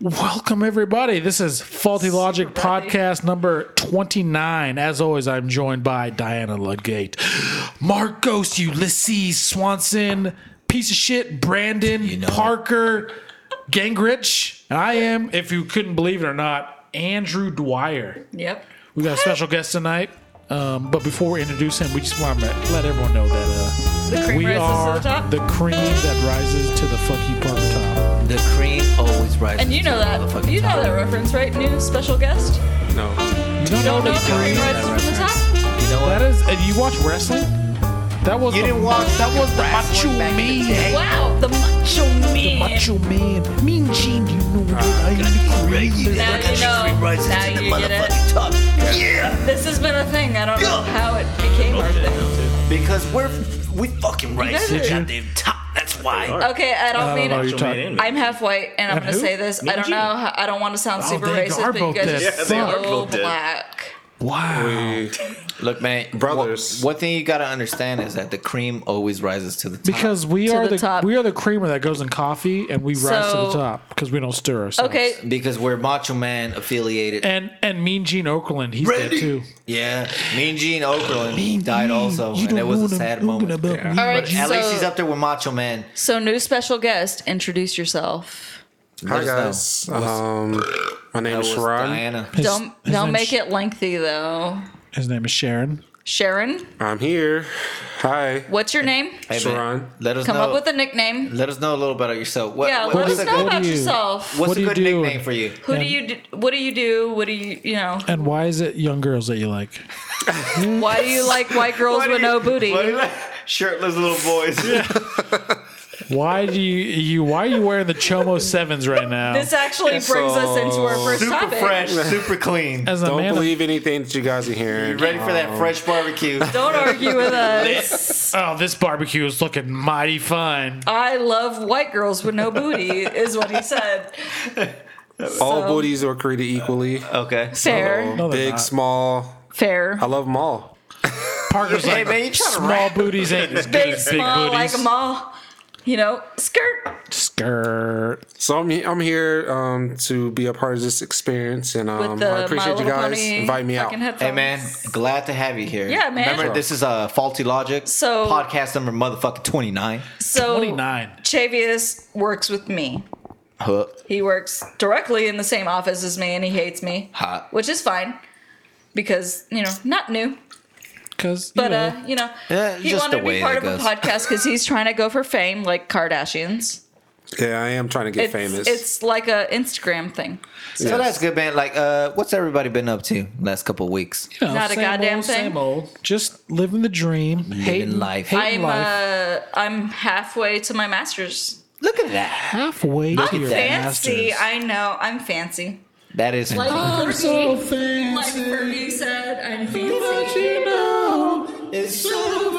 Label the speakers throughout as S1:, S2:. S1: Welcome, everybody. This is Faulty Logic Podcast number 29. As always, I'm joined by Diana Ludgate, Marcos Ulysses Swanson, piece of shit Brandon
S2: know-
S1: Parker Gangrich, and I am, if you couldn't believe it or not, Andrew Dwyer.
S3: Yep.
S1: We got a special guest tonight. Um, but before we introduce him, we just want to let everyone know that uh,
S3: cream
S1: we
S3: rises to
S1: are
S3: the top?
S1: the cream that rises to the fuck you part top.
S2: The cream always rises.
S3: And you know
S2: to the
S3: that.
S2: motherfucking
S3: You know
S2: top.
S3: that reference, right? New special guest.
S1: You
S3: Don't know
S1: the
S3: if the cream
S1: cream-
S3: rises from the top.
S2: You know
S1: That
S2: what?
S1: is, and you watch wrestling? That was
S2: You
S1: the,
S2: didn't watch
S1: That was the Macho
S2: wrestling back in the
S1: Man.
S2: day?
S3: Wow, the macho man.
S1: Macho Man, Mean Gene, you know what I am.
S3: Now you know.
S2: Cream rises
S3: Now
S2: to the
S3: you get it.
S2: motherfucking top. Yeah,
S3: This has been a thing. I don't know
S2: Yeah.
S3: how it became our thing.
S2: because we're we fucking rise to the
S3: guys are-
S2: goddamn top. That's why.
S3: Okay, I don't mean.
S1: you're talking.
S3: I'm half white, and I'm
S1: And
S3: gonna
S1: who?
S3: say this.
S4: Me
S3: I
S4: and
S3: don't
S4: you.
S3: know. how- I don't want to sound
S1: Oh,
S3: super
S1: they are
S3: racist, but you
S1: both
S3: guys
S1: dead.
S3: are
S1: Yeah, they
S4: are
S3: so
S4: both dead.
S3: black.
S1: Wow.
S2: Look, man,
S4: Brothers.
S2: One, one thing you gotta understand is that the cream always rises to the top.
S1: Because we
S3: To
S1: are
S3: the
S1: the,
S3: top.
S1: we are the creamer that goes in coffee and we rise to the
S3: So-
S1: top because we don't stir ourselves.
S3: Okay,
S2: because we're Macho Man affiliated.
S1: And and Mean Gene Okerlund, he's dead too.
S2: yeah, Mean Gene Okerlund died also, and it was a sad moment.
S3: all right.
S2: At
S3: so,
S2: least he's up there with Macho Man.
S3: so new special guest. Introduce yourself.
S4: Hi
S2: Let us know.
S4: guys. Um, my name
S2: That
S4: is
S2: was
S4: Sharon.
S2: Diana.
S3: don't
S1: his name's-
S3: don't make it lengthy though.
S1: His name is Sharon.
S3: Sharon,
S4: I'm here. Hi.
S3: what's your name?
S2: Hey, man,
S4: Sharon.
S2: Let us
S3: Come
S2: know.
S3: up with a nickname.
S2: Let us know a little about yourself. What,
S3: Yeah,
S2: what-
S3: let
S2: what's
S3: us
S2: a
S3: know
S2: good,
S3: about
S1: do you-
S3: yourself.
S2: what's
S1: What do
S2: a
S1: you
S2: good
S1: do?
S2: nickname for you?
S3: Who do you? d- What do you do? What do you? You know?
S1: And why is it young girls that you like?
S3: Why do you like white girls with no booty?
S2: What do you like? Shirtless little boys.
S1: Why do you you why are you wearing the Chomo sevens right now?
S3: This actually brings us into our first
S2: Super
S3: topic.
S2: fresh, super clean.
S1: As a
S4: Don't
S1: man, of-
S4: believe anything that you guys are
S2: You
S4: hearing.
S2: ready for that fresh barbecue?
S3: Don't argue with us.
S1: oh, this barbecue is looking mighty fine.
S3: I love white girls with no booty, is what he said.
S4: All
S3: So-
S4: booties are created equally.
S2: Okay.
S3: Uh, Fair,
S1: No, they're
S4: Big,
S1: not.
S4: small.
S3: fair.
S4: I love them all.
S1: Parker's
S2: Hey
S1: like
S2: man, you trying to
S1: small
S2: rap?
S1: booties ain't as good
S3: Big,
S1: as big
S3: small, like
S1: booties.
S3: them all. You know, skirt.
S1: Skirt.
S4: So I'm he- I'm here um, to be a part of this experience, and um,
S3: with the
S4: I appreciate you
S3: My Little
S4: guys
S3: Pony
S4: invite me out.
S3: fucking headphones.
S2: Hey man, glad to have you here.
S3: Yeah, man.
S2: Remember, this is a uh, faulty logic.
S3: So-
S2: podcast number motherfucking twenty nine.
S3: So
S1: 29.
S3: Chavius works with me.
S2: Hook.
S3: He works directly in the same office as me, and he hates me,
S2: Hot.
S3: which is fine because you know, not new.
S1: Cause
S3: But
S1: you know,
S3: uh, you know,
S2: Mm-hmm. Yeah,
S3: he
S2: just
S3: wanted
S2: the
S3: to
S2: way
S3: be part
S2: it
S3: of
S2: goes.
S3: a podcast because he's trying to go for fame, like Kardashians.
S4: Yeah, I am trying to get
S3: It's,
S4: famous.
S3: It's like a Instagram thing.
S2: So that's good, man. Like, uh, what's everybody been up to last couple weeks?
S1: you know,
S3: not a
S1: same
S3: goddamn
S1: old,
S3: thing.
S1: Same old. Just living the dream. Living hating,
S2: life.
S1: Hating
S3: I'm
S1: life.
S3: uh, I'm halfway to my master's.
S2: Look at that.
S1: halfway to your
S3: fancy,
S1: masters.
S3: I know. I'm fancy.
S2: That is.
S1: I'm so fancy.
S3: Fergie said, I'm fancy. Um,
S1: you know.
S2: It's so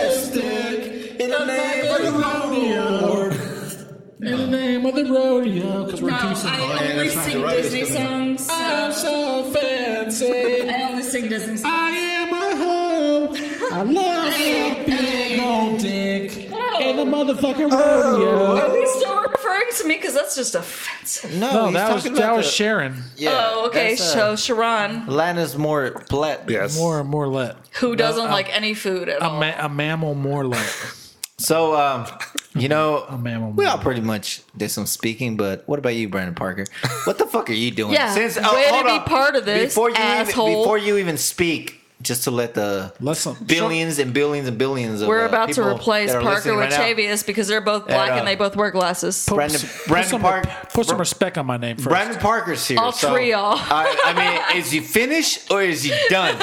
S2: fantastic in the name of the
S1: In the name of the rodeo, because we're too
S3: I only sing Disney songs.
S1: I'm so fancy.
S3: I only sing Disney songs.
S1: I am a hoe. I love a big old dick. In the motherfucking rodeo.
S3: Are we still referring to me? Because that's just offensive.
S2: No,
S1: No,
S2: he's
S1: that was
S2: talking
S1: that
S2: about
S1: was
S2: the-
S1: Sharon.
S2: Yeah,
S3: oh, okay.
S2: that's,
S3: so
S2: uh,
S3: Sharon,
S2: Lana's more plat.
S4: yes.
S1: More more let.
S3: who doesn't like any food at
S1: A,
S3: all?
S1: ma- a mammal more let.
S2: So, um, you know,
S1: mammal
S2: we all
S1: mammal.
S2: pretty much did some speaking, but what about you, Brandon Parker? What the fuck are you doing? oh,
S3: Yeah, way to be part of this,
S2: Before you,
S3: asshole.
S2: Even, before you even speak, just to let the
S1: Listen, uh, sure.
S2: billions and billions and billions of
S3: We're
S2: uh,
S3: about to
S2: people
S3: replace
S2: that are
S3: Parker
S2: listening
S3: with
S2: right now-
S3: Chavius because they're both black
S2: uh,
S3: and they both wear glasses.
S2: Brandon,
S1: Put
S2: Brandon
S1: some-
S2: Parker.
S1: Put some respect on my name first.
S2: Brandon Parker's here.
S3: All
S2: so,
S3: three, y'all.
S2: I, I mean, is he finished or is he done?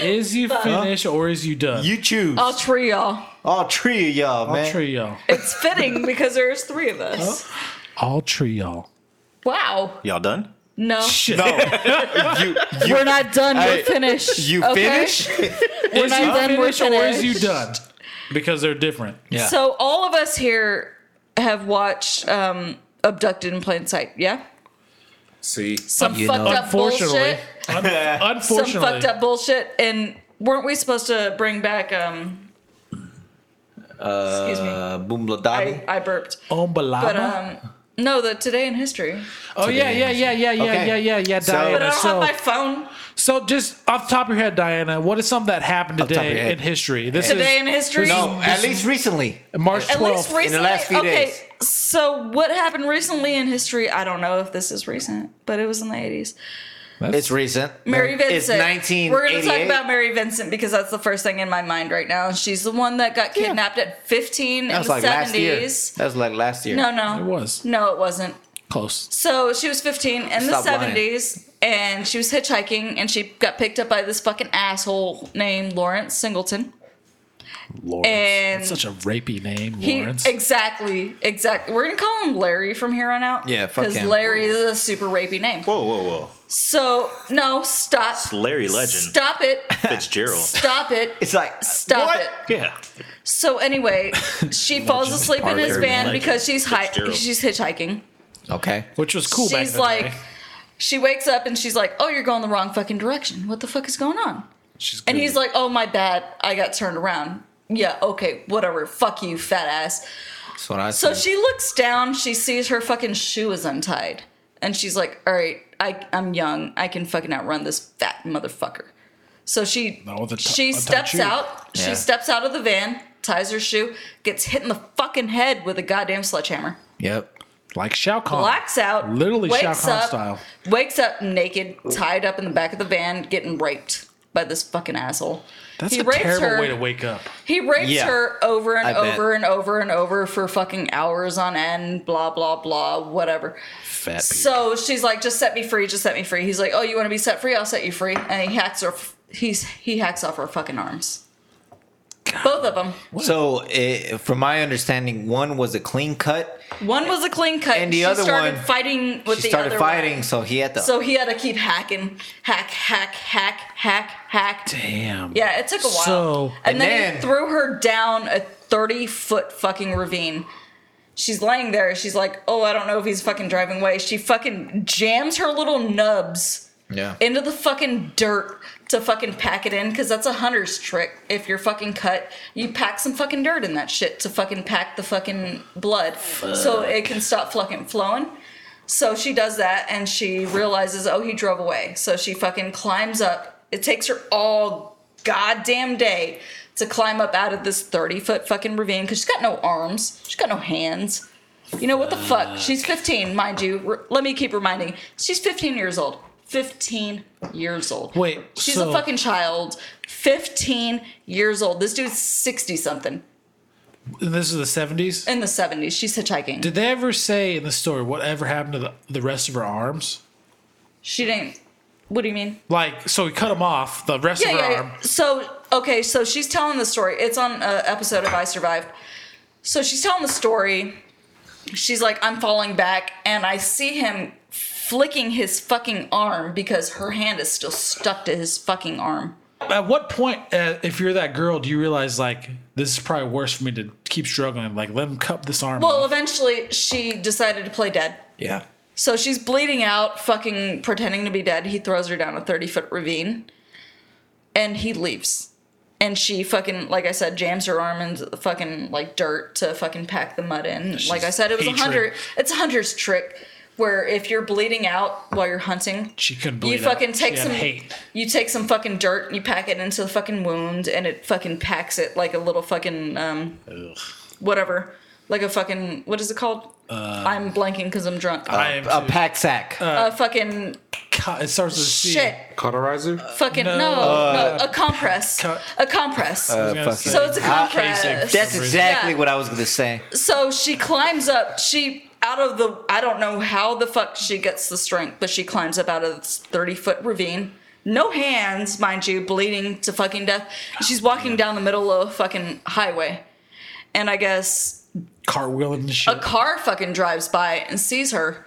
S1: Is you finished or is you done?
S2: You choose.
S3: All trio.
S2: All three of y'all, man.
S1: I'll treat y'all.
S3: It's fitting because there's three of us.
S1: I'll treat y'all.
S3: Wow.
S2: Y'all done?
S3: No,
S1: Shit.
S3: we're not done.
S2: Hey,
S3: We're finished.
S2: You
S3: Okay?
S2: finished?
S3: We're
S1: Is
S3: not
S1: you
S3: done. We're
S1: finished or is you
S3: finished.
S1: done? Because they're different.
S2: Yeah.
S3: So all of us here have watched um, Abducted in Plain Sight. Yeah.
S4: See,
S3: Some
S2: You
S3: fucked
S2: know.
S3: up bullshit.
S1: Un-
S3: Some
S1: unfortunately,
S3: fucked up bullshit. And weren't we supposed to bring back? Um, excuse me.
S2: Uh, Boom
S3: I,
S2: Bladada.
S3: I burped.
S1: Ombalaba.
S3: But um, No, the Today in History.
S1: Oh yeah, yeah, yeah, yeah, yeah,
S2: Okay.
S1: yeah, yeah, yeah,
S2: So-
S1: Diana.
S3: But I don't
S1: so,
S3: have my phone.
S1: so just off the top of your head, Diana, what is something that happened
S2: the top of your
S1: today
S2: head.
S1: in history? This
S3: Today
S1: is
S3: in History.
S2: No, at least recently.
S1: March
S3: At least
S1: twelfth.
S3: recently.
S2: in the last few
S3: okay,
S2: days.
S3: so what happened recently in history? I don't know if this is recent, but it was in the 80s.
S2: It's recent.
S3: Mary Vincent.
S2: It's 1988.
S3: We're going to talk about Mary Vincent because that's the first thing in my mind right now. She's the one that got kidnapped at 15
S2: That
S3: in
S2: was
S3: the
S2: like last year.
S3: 70s.
S2: That was like last year.
S3: No, no.
S1: It was.
S3: No, it wasn't.
S1: Close.
S3: So she was 15 in
S2: Stop
S3: the
S2: lying.
S3: 70s, and she was hitchhiking, and she got picked up by this fucking asshole named Lawrence Singleton.
S1: Lawrence.
S3: And-
S1: That's such a rapey name,
S3: He,
S1: Lawrence.
S3: exactly, exactly. We're gonna call him Larry from here on out.
S2: Yeah, fuck him.
S3: Larry is a super rapey name.
S5: Whoa, whoa, whoa.
S3: So no, stop.
S5: Larry Legend.
S3: Stop it.
S5: Fitzgerald.
S3: Stop it.
S2: It's like
S3: Stop
S2: what?
S3: it.
S5: Yeah.
S3: So anyway, she falls asleep in his
S5: Arthur
S3: van
S5: Legend
S3: because she's hi-
S5: Fitzgerald.
S3: she's hitchhiking.
S2: Okay.
S1: which was cool back in
S3: she's
S1: the
S3: like
S1: day.
S3: she wakes up and she's like oh you're going the wrong fucking direction what the fuck is going on
S1: She's
S3: and
S1: good.
S3: he's like oh my bad i got turned around yeah okay whatever fuck you fat ass
S2: That's what I
S3: so
S2: said.
S3: she looks down she sees her fucking shoe is untied and she's like all right I, i'm young i can fucking outrun this fat motherfucker so she
S1: No, the t-
S3: she
S1: untied
S3: steps
S1: shoe.
S3: out
S2: Yeah.
S3: she steps out of the van ties her shoe gets hit in the fucking head with a goddamn sledgehammer
S2: Yep.
S1: like Shao Kahn.
S3: blacks out,
S1: Oh, Literally Shao
S3: wakes
S1: Kahn
S3: up,
S1: style.
S3: Wakes up naked, tied up in the back of the van, getting raped by this fucking asshole.
S1: That's
S3: he
S1: a
S3: rapes
S1: terrible
S3: her.
S1: way to wake up.
S3: He rapes
S2: Yeah.
S3: her over and
S2: I bet.
S3: over and over and over for fucking hours on end. Blah blah blah. Whatever.
S1: Fat people.
S3: So she's like, "Just set me free. Just set me free." He's like, "Oh, you want to be set free? I'll set you free." And he hacks her. He's he hacks off her fucking arms. Both of them.
S2: So, eh, from my understanding, one was a clean cut.
S3: One was a clean cut,
S2: And the
S3: she
S2: other
S3: started
S2: one-
S3: fighting with
S2: she
S3: the
S2: started
S3: other
S2: fighting,
S3: one.
S2: so he had to.
S3: So he had to keep hacking, hack, hack, hack, hack, hack.
S1: Damn.
S3: Yeah, it took a while.
S1: So-
S3: and,
S2: And
S3: then, he
S2: then-
S3: threw her down a 30 foot fucking ravine. She's laying there. She's like, oh, I don't know if he's fucking driving away. She fucking jams her little nubs
S2: yeah.
S3: into the fucking dirt to fucking pack it in because that's a hunter's trick. If you're fucking cut, you pack some fucking dirt in that shit to fucking pack the fucking blood so it can stop fucking flowing. So she does that and she realizes, oh, he drove away. So she fucking climbs up. It takes her all goddamn day to climb up out of this 30 foot fucking ravine because she's got no arms, she's got no hands. You know what the fuck? She's 15, mind you. R- Let me keep reminding. She's 15 years old. 15 years old.
S1: Wait,
S3: She's
S1: so-
S3: a fucking child. 15 years old. This dude's 60 something.
S1: And this is the seventies.
S3: In the 70s. She's hitchhiking.
S1: Did they ever say in the story whatever happened to the, the rest of her arms?
S3: she didn't. What do you mean?
S1: Like, so he cut them off, the rest of her arm.
S3: So okay, so she's telling the story. It's on an episode of I Survived. So she's telling the story. She's like, I'm falling back, and I see him flicking his fucking arm because her hand is still stuck to his fucking arm.
S1: At what point, uh, if you're that girl, do you realize, like, this is probably worse for me to keep struggling? Like, let him cut this arm
S3: Well,
S1: off.
S3: eventually she decided to play dead.
S2: yeah.
S3: So she's bleeding out, fucking pretending to be dead. He throws her down a 30 foot ravine and he leaves. And she fucking, like I said, jams her arm into the fucking like dirt to fucking pack the mud in. like I said, it was a
S1: hatred.
S3: hunter. It's a hunter's trick where if you're bleeding out while you're hunting,
S1: She couldn't
S3: you
S1: believe
S3: fucking take some
S1: hate.
S3: you take some fucking dirt and you pack it into the fucking wound and it fucking packs it like a little fucking um whatever. Like a fucking what is it called? I'm blanking because I'm drunk.
S1: Uh, I am
S2: A
S1: too. Uh,
S2: pack sack.
S3: a fucking
S1: Cut- it starts with a C.
S3: shit.
S4: Cauterizer?
S3: Fucking no, no,
S2: Uh,
S3: a compress,
S1: cut.
S3: a compress.
S1: I was gonna
S2: fuck
S1: say.
S3: so it's a
S2: Ah,
S3: compress.
S2: That's exactly
S3: Yeah.
S2: what I was going to say.
S3: so she climbs up. She out of the I don't know how the fuck she gets the strength, but she climbs up out of this thirty foot ravine. No hands, mind you, bleeding to fucking death. She's walking down the middle of a fucking highway, and I guess
S1: cartwheeling and
S3: a
S1: shit.
S3: car fucking drives by and sees her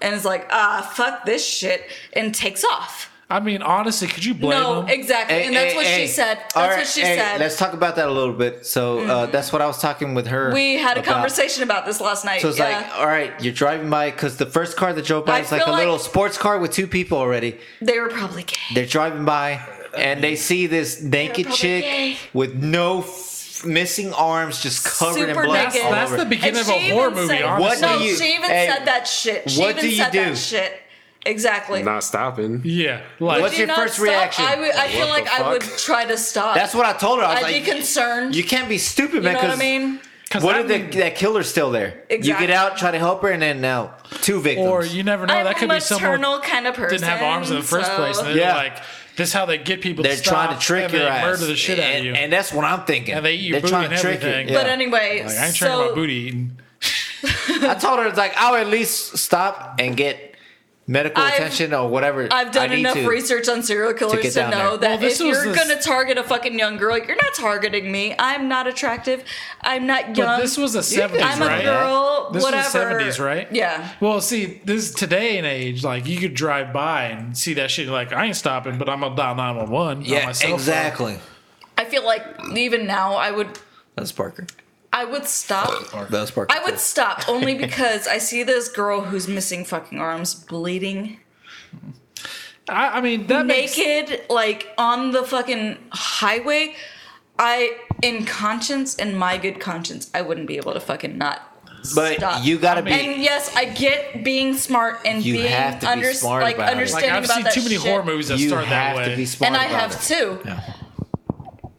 S3: and is like, ah, fuck this shit, and takes off.
S1: I mean, honestly, could you blame
S3: no,
S1: him?
S3: exactly.
S2: Hey,
S3: and that's
S2: hey,
S3: what
S2: hey.
S3: she said. That's
S2: All
S3: what
S2: right,
S3: she
S2: hey,
S3: said. Mm-hmm.
S2: Let's talk about that a little bit. So uh, that's what I was talking with her.
S3: we had a
S2: about.
S3: conversation about this last night.
S2: So it's
S3: yeah.
S2: like, all right, you're driving by because the first car that drove
S3: I
S2: by is like a
S3: feel like-
S2: little sports car with two people already.
S3: they were probably gay.
S2: They're driving by and they see this naked
S3: probably
S2: chick
S3: gay.
S2: with no missing arms, just covered in
S3: Super
S2: blood.
S3: naked.
S2: all
S1: That's
S2: over.
S1: the beginning
S3: And
S1: of
S3: she
S1: a horror
S3: even
S1: movie.
S3: said-
S1: honestly.
S2: What do
S3: no,
S2: you-
S3: she even
S2: hey,
S3: said that shit. She
S2: what
S3: even
S2: do you
S3: said
S2: do?
S3: that shit. Exactly.
S4: Not stopping.
S1: Yeah, like
S2: What's
S3: Do
S2: your
S3: not
S2: first
S3: stop.
S2: reaction?
S3: I, would, I
S2: What
S3: feel
S2: the
S3: like I would
S2: fuck?
S3: try to stop.
S2: That's what I told her. I was
S3: I'd
S2: like,
S3: be concerned.
S2: You can't be stupid,
S3: You
S2: man.
S3: know what I
S2: 'cause
S3: mean?
S1: 'Cause
S2: What
S1: I
S2: if the,
S1: mean-
S2: that killer's still there? You
S3: Exactly.
S2: get out, try to help her, and then now two victims.
S1: or you never know.
S3: I'm
S1: that could
S3: a
S1: be someone
S3: maternal kind of person.
S1: didn't have arms in the first
S3: so-
S1: place. And they're
S2: Yeah.
S1: like, this is how they get people.
S2: they're
S1: to
S2: trying
S1: stop,
S2: to trick
S1: and
S2: your
S1: they
S2: ass.
S1: Murder the shit out
S2: and,
S1: of you.
S2: And that's what I'm thinking.
S1: And they eat your
S2: are
S1: booty
S2: trying to
S1: and
S2: trick
S1: everything.
S2: you.
S3: But
S2: Yeah.
S3: anyway,
S1: like, I ain't trying to
S3: so
S1: my booty eaten.
S2: I told her it's like I'll at least stop and get medical
S3: I've-
S2: attention or whatever.
S3: I've done
S2: I need
S3: enough
S2: to.
S3: research on serial killers to,
S2: get down
S3: know
S2: there.
S1: Well,
S3: that
S1: this
S3: if
S1: was
S3: you're
S1: this-
S3: going to target a fucking young girl, you're not targeting me. I'm not attractive. I'm not young.
S1: But this was the seventies,
S3: I'm
S1: right?
S3: a girl.
S1: This
S3: whatever.
S1: was the seventies, right?
S3: Yeah.
S1: Well, see, this is today and age. Like you could drive by and see that shit. Like I ain't stopping, but I'm gonna dial nine one one. on
S2: Yeah,
S1: my cell phone.
S2: exactly.
S3: I feel like even now I would
S2: That's Parker.
S3: I would stop.
S2: That was Parker.
S3: I would stop only because I see this girl who's missing fucking arms, bleeding,
S1: I, I mean, that makes
S3: naked, like on the fucking highway. I, in conscience, in my good conscience, I wouldn't be able to fucking not
S2: But
S3: stop.
S2: you gotta be.
S3: And yes, I get being smart and
S2: You
S3: being
S2: have to be
S3: under,
S2: smart
S3: like
S2: about it.
S1: like
S3: understanding
S1: I've
S3: about
S1: seen
S3: that
S1: too many
S3: shit.
S1: horror movies that
S2: you
S1: start that
S2: have
S1: way.
S2: to be smart.
S3: and I have
S2: about it.
S3: too.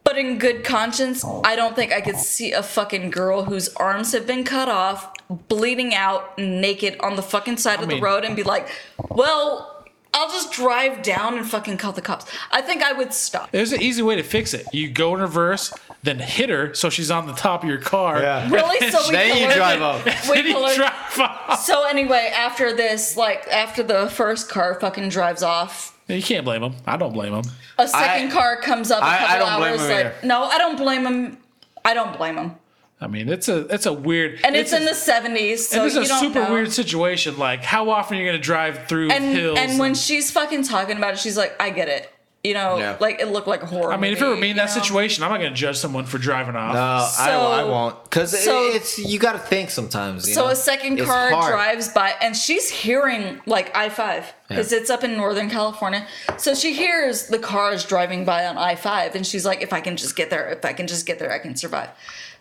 S3: But in good conscience, I don't think I could see a fucking girl whose arms have been cut off, bleeding out, naked on the fucking side of
S1: mean-
S3: the road, and be like, "Well, I'll just drive down and fucking call the cops." I think I would stop.
S1: There's an easy way to fix it. You go in reverse, then hit her so she's on the top of your car.
S2: Yeah.
S3: Really? So we
S2: Then you
S3: colored-
S2: drive up.
S1: Then
S3: We
S1: you
S3: colored-
S1: drive off.
S3: So anyway, after this, like after the first car fucking drives off,
S1: You can't blame him. I don't blame him.
S3: a second
S2: I-
S3: car comes up a
S2: I- I
S3: couple
S2: don't blame
S3: hours
S2: him
S3: later.
S2: either.
S3: No, I don't blame him. I don't blame him.
S1: I mean, it's a it's a weird
S3: And it's,
S1: a-
S3: in the seventies, so
S1: And this
S3: you
S1: is a
S3: don't
S1: super
S3: know.
S1: weird situation. Like, how often are you going to drive through
S3: and
S1: hills?
S3: and when she's fucking talking about it, she's like, "I get it." You know,
S2: Yeah.
S3: like it looked like a horror.
S1: I mean, if it
S3: movie,
S1: were me in
S3: you
S1: that
S3: know?
S1: situation, I'm not going to judge someone for driving off.
S2: No,
S3: So-
S2: Uh, I, I won't. Because
S3: so-
S2: it's you got to think sometimes. you
S3: So
S2: know?
S3: a second
S2: It's
S3: car
S2: hard.
S3: drives by, and she's hearing like I five because
S2: Yeah.
S3: it's up in Northern California. So she hears the cars driving by on I five, and she's like, "If I can just get there, if I can just get there, I can survive."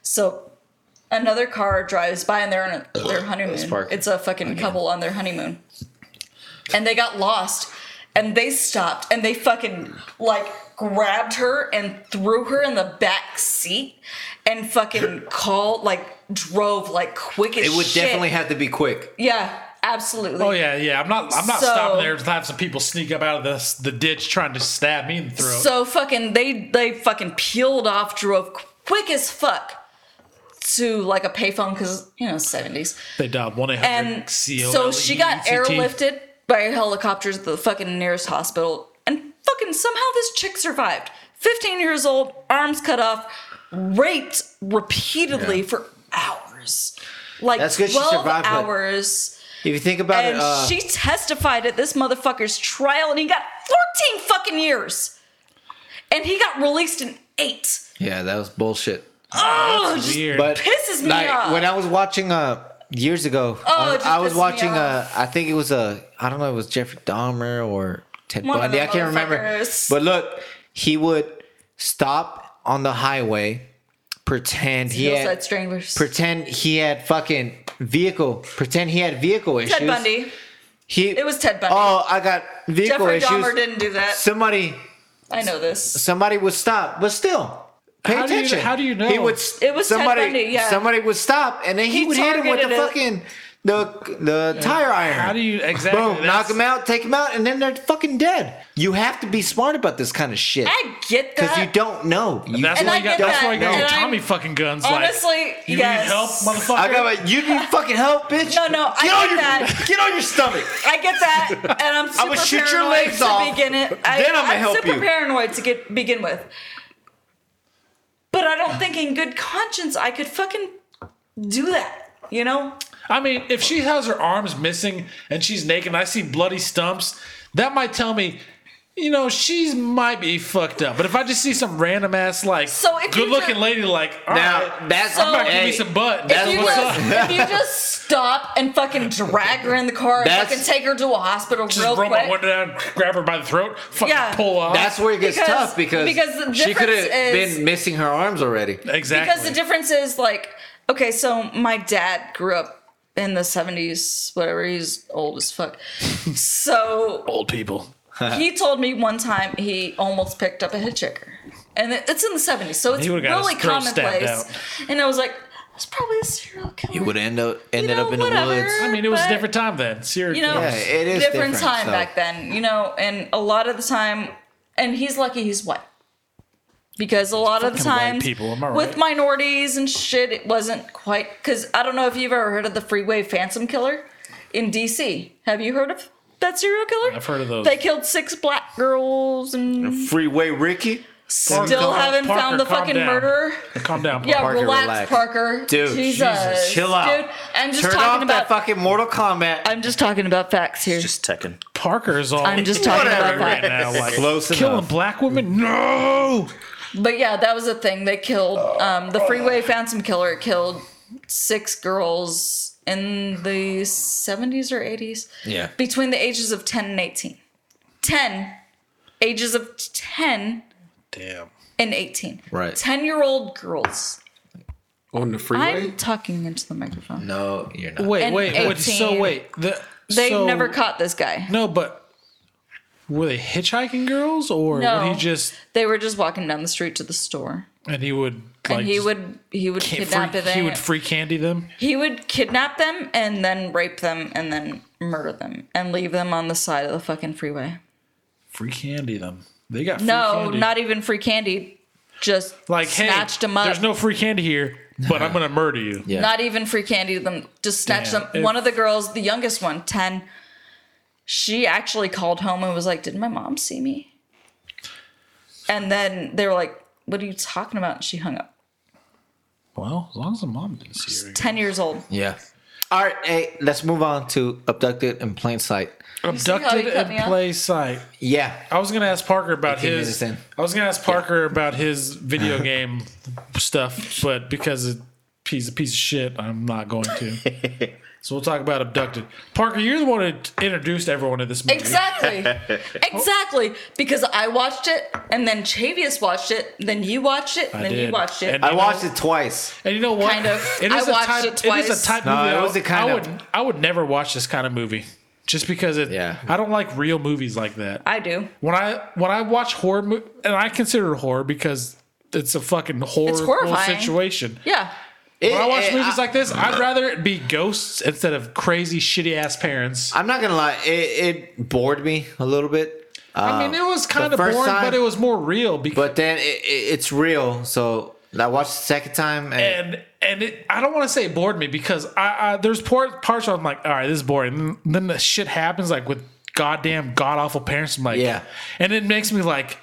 S3: So another car drives by, and they're on a, their honeymoon.
S2: Parker
S3: It's a fucking couple on their honeymoon, and they got lost, and they stopped, and they fucking like grabbed her and threw her in the back seat, and fucking called like drove like quick as
S2: It would
S3: shit.
S2: definitely have to be quick.
S3: Yeah, absolutely.
S1: oh yeah, yeah. I'm not. I'm not
S3: So-
S1: stopping there to have some people sneak up out of this the ditch trying to stab me in the throat.
S3: So fucking they they fucking peeled off, drove quick as fuck to like a payphone because you know seventies,
S1: they dialed one eight
S3: and
S1: hundred.
S2: E
S3: so she got airlifted by helicopters to the fucking nearest hospital, and fucking somehow this chick survived. Fifteen years old, arms cut off, raped repeatedly for hours, like
S2: That's good she
S3: twelve
S2: survived, but-
S3: hours.
S2: If you think about
S3: and
S2: it, uh,
S3: she testified at this motherfucker's trial and he got 14 fucking years and he got released in eight
S2: yeah, that was bullshit.
S3: oh it just
S1: Weird.
S2: But
S3: pisses me
S2: like
S3: off
S2: when I was watching uh years ago,
S3: Oh,
S2: I,
S3: it just
S2: I was
S3: pissed me
S2: watching uh
S3: off.
S2: I think it was a I don't know it was Jeffrey Dahmer or Ted
S3: One of
S2: Bundy. I
S3: them
S2: can't remember.
S3: motherfuckers.
S2: But look, he would stop on the highway, pretend he
S3: Hillside
S2: had
S3: stranglers
S2: pretend he had fucking vehicle, pretend he had vehicle issues.
S3: ted bundy
S2: He
S3: It was Ted Bundy.
S2: Oh, I got vehicle
S3: jeffrey
S2: issues.
S3: dahmer didn't do that
S2: Somebody
S3: i know this
S2: somebody would stop, but still. Pay
S1: How do you-
S2: attention.
S1: how do you know?
S2: He would.
S3: It was Ted
S2: somebody.
S3: Bundy, yeah.
S2: Somebody would stop, and then he,
S3: He
S2: would hit him with the
S3: targeted it.
S2: fucking the the tire iron.
S1: how do you exactly?
S2: Boom! knock
S1: that's-
S2: him out, take him out, and then they're fucking dead. You have to be smart about this kind of shit
S3: i get
S2: because
S3: that
S2: you don't know. You
S1: That's
S3: And
S1: why
S3: I
S1: you got.
S3: get
S1: That's
S3: that,
S1: why you got
S3: and
S1: your
S3: I'm-
S1: Tommy fucking guns.
S3: honestly
S1: like, you
S3: yes
S1: need help, motherfucker.
S2: I got. my- You need fucking help, bitch.
S3: No, no, I
S2: get on
S3: get
S2: your,
S3: that.
S2: Get on your stomach.
S3: I get that, and I'm super
S2: I'ma shoot your
S3: paranoid
S2: legs
S3: to
S2: off,
S3: begin it. I,
S2: then I'ma
S3: am
S2: help
S3: super
S2: you.
S3: paranoid to get begin with. But I don't think, in good conscience, I could fucking do that. You know,
S1: I mean, if she has her arms missing and she's naked, and I see bloody stumps. That might tell me you know, she might be fucked up. But if I just see some random ass like
S3: So if you
S1: good looking
S3: just-
S1: lady like all
S2: Now,
S1: right,
S2: that's-
S1: I'm about to give
S2: hey,
S1: me some butt.
S2: that's
S1: That's
S3: If you,
S1: what's
S2: what-
S1: up.
S3: just, if you just stop and fucking drag her in the car and
S2: That's-
S3: fucking take her to a hospital real
S1: Just roll my
S3: quick.
S1: window down, grab her by the throat, fucking
S3: Yeah.
S1: pull off.
S2: That's where it gets
S3: Because-
S2: tough because,
S3: because the
S2: she could have
S3: difference is-
S2: been missing her arms already.
S1: exactly
S3: Because the difference is like, okay, so my dad grew up in the 70s, whatever, he's old as fuck. So
S1: old people.
S3: he told me one time he almost picked up a hitchhiker, and it- it's in the seventies, so it's
S1: He would've got his
S3: really
S1: throat stabbed
S3: commonplace.
S1: out.
S3: And I was like, "That's probably a serial killer."
S2: You would end up ended
S3: know,
S2: up in the
S3: whatever.
S2: woods.
S1: I mean, it was a
S3: But-
S1: different time then. Seriously,
S3: you know,
S2: Yeah, it is
S3: different,
S2: different,
S3: time
S2: so-
S3: back then, you know. And a lot of the time, and he's lucky he's white. Because a lot of the
S1: Fucking white
S3: times,
S1: people, am I
S3: with
S1: right?
S3: minorities and shit, it wasn't quite. Because I don't know if you've ever heard of the freeway phantom killer in D.C. Have you heard of that serial killer?
S1: I've heard of those.
S3: They killed six black girls and
S2: Freeway Ricky.
S3: Still
S1: Parker,
S3: haven't
S1: Parker,
S3: found the
S1: calm
S3: fucking
S1: down.
S3: murderer.
S1: calm down.
S3: Yeah,
S1: Parker.
S2: Parker,
S3: relax,
S2: relax.
S3: Parker.
S2: Dude, Jesus, chill out.
S3: Dude, I'm just
S2: Turn off
S3: talking about.
S2: that fucking Mortal Kombat.
S3: I'm just talking about facts here.
S5: Just Tekken.
S1: Parker's all.
S3: I'm just talking about
S1: whatever right
S3: that.
S1: now. Like
S2: Close
S1: killing
S2: enough.
S1: black women. No.
S3: But yeah, that was the thing. They killed
S2: Oh,
S3: um, the freeway phantom killer. Killed six girls in the 70s or 80s.
S2: Yeah.
S3: between the ages of 10 and 18. 10 ages of 10
S1: Damn.
S3: and 18.
S2: Right.
S3: 10 year old girls.
S4: on the freeway.
S3: I'm talking into the microphone.
S2: No, you're not.
S1: Wait,
S3: And
S1: wait, wait. So
S3: 18.
S1: wait. The,
S3: They've
S1: so-
S3: never caught this guy.
S1: No, but were they hitchhiking girls, or
S3: No.
S1: would he just
S3: They were just walking down the street to the store,
S1: and he would like
S3: and he
S1: just
S3: would he would
S1: can't
S3: kidnap
S1: free,
S3: them.
S1: he would free candy them?
S3: kidnap them and then rape them and then murder them and leave them on the side of the fucking freeway.
S1: Free candy them. They got free
S3: No,
S1: candy.
S3: not even free candy. Just
S1: like hey,
S3: snatched them up.
S1: there's no free candy here, but I'm gonna murder you.
S2: Yeah.
S3: Not even free candy to them. Just snatched
S1: Damn.
S3: them. one of the girls, the youngest one, 10, she actually called home and was like, Did my mom see me? And then they were like, What are you talking about? And she hung up.
S1: Well, as long as the mom didn't see her.
S3: 10 years old.
S2: Yeah. All right, hey, let's move on to abducted in plain sight.
S3: see how he
S1: Abducted
S3: cut me
S1: in
S3: off?
S1: plain sight.
S2: Yeah,
S1: I was gonna ask Parker about
S2: 18
S1: his.
S2: minutes in.
S1: I was gonna ask Parker about his video game stuff, but because it, he's a piece of shit, I'm not going to. so we'll talk about abducted. Parker, you're the one who t- introduced everyone to this movie.
S3: Exactly. exactly. Because I watched it, and then Chavius watched it, then you watched it, and
S1: I
S3: then
S1: did.
S3: you watched it.
S1: And
S2: I
S1: you
S2: watched
S1: know-
S2: it twice.
S1: And you know what?
S3: Kind of. I
S1: a
S3: watched
S1: type,
S3: it
S1: It is
S3: twice.
S1: a type
S2: No,
S1: movie.
S2: it
S1: I
S2: was
S1: would-
S2: a kind
S1: I
S2: of-
S1: would. I would never watch this kind of movie, just because it.
S2: Yeah.
S1: I don't like real movies like that.
S3: I do.
S1: when I when I watch horror, mo- and I consider it horror because it's a fucking horror
S3: horrifying.
S1: situation.
S3: Yeah.
S1: When I watch
S2: It- it-
S1: movies
S2: I-
S1: like this, I'd rather it be ghosts instead of crazy shitty ass parents. I,
S2: I'm not gonna lie, it, it bored me a little bit. Uh,
S1: mean, it was kind
S2: the
S1: of boring,
S2: first time-
S1: but it was more real because
S2: But then it, it, it's real, so I watched the second time, and,
S1: and and it, I don't want to say it bored me because I, I there's part, parts where I'm like, all right, this is boring. And then the shit happens like with goddamn god awful parents. I'm like,
S2: Yeah.
S1: and it makes me like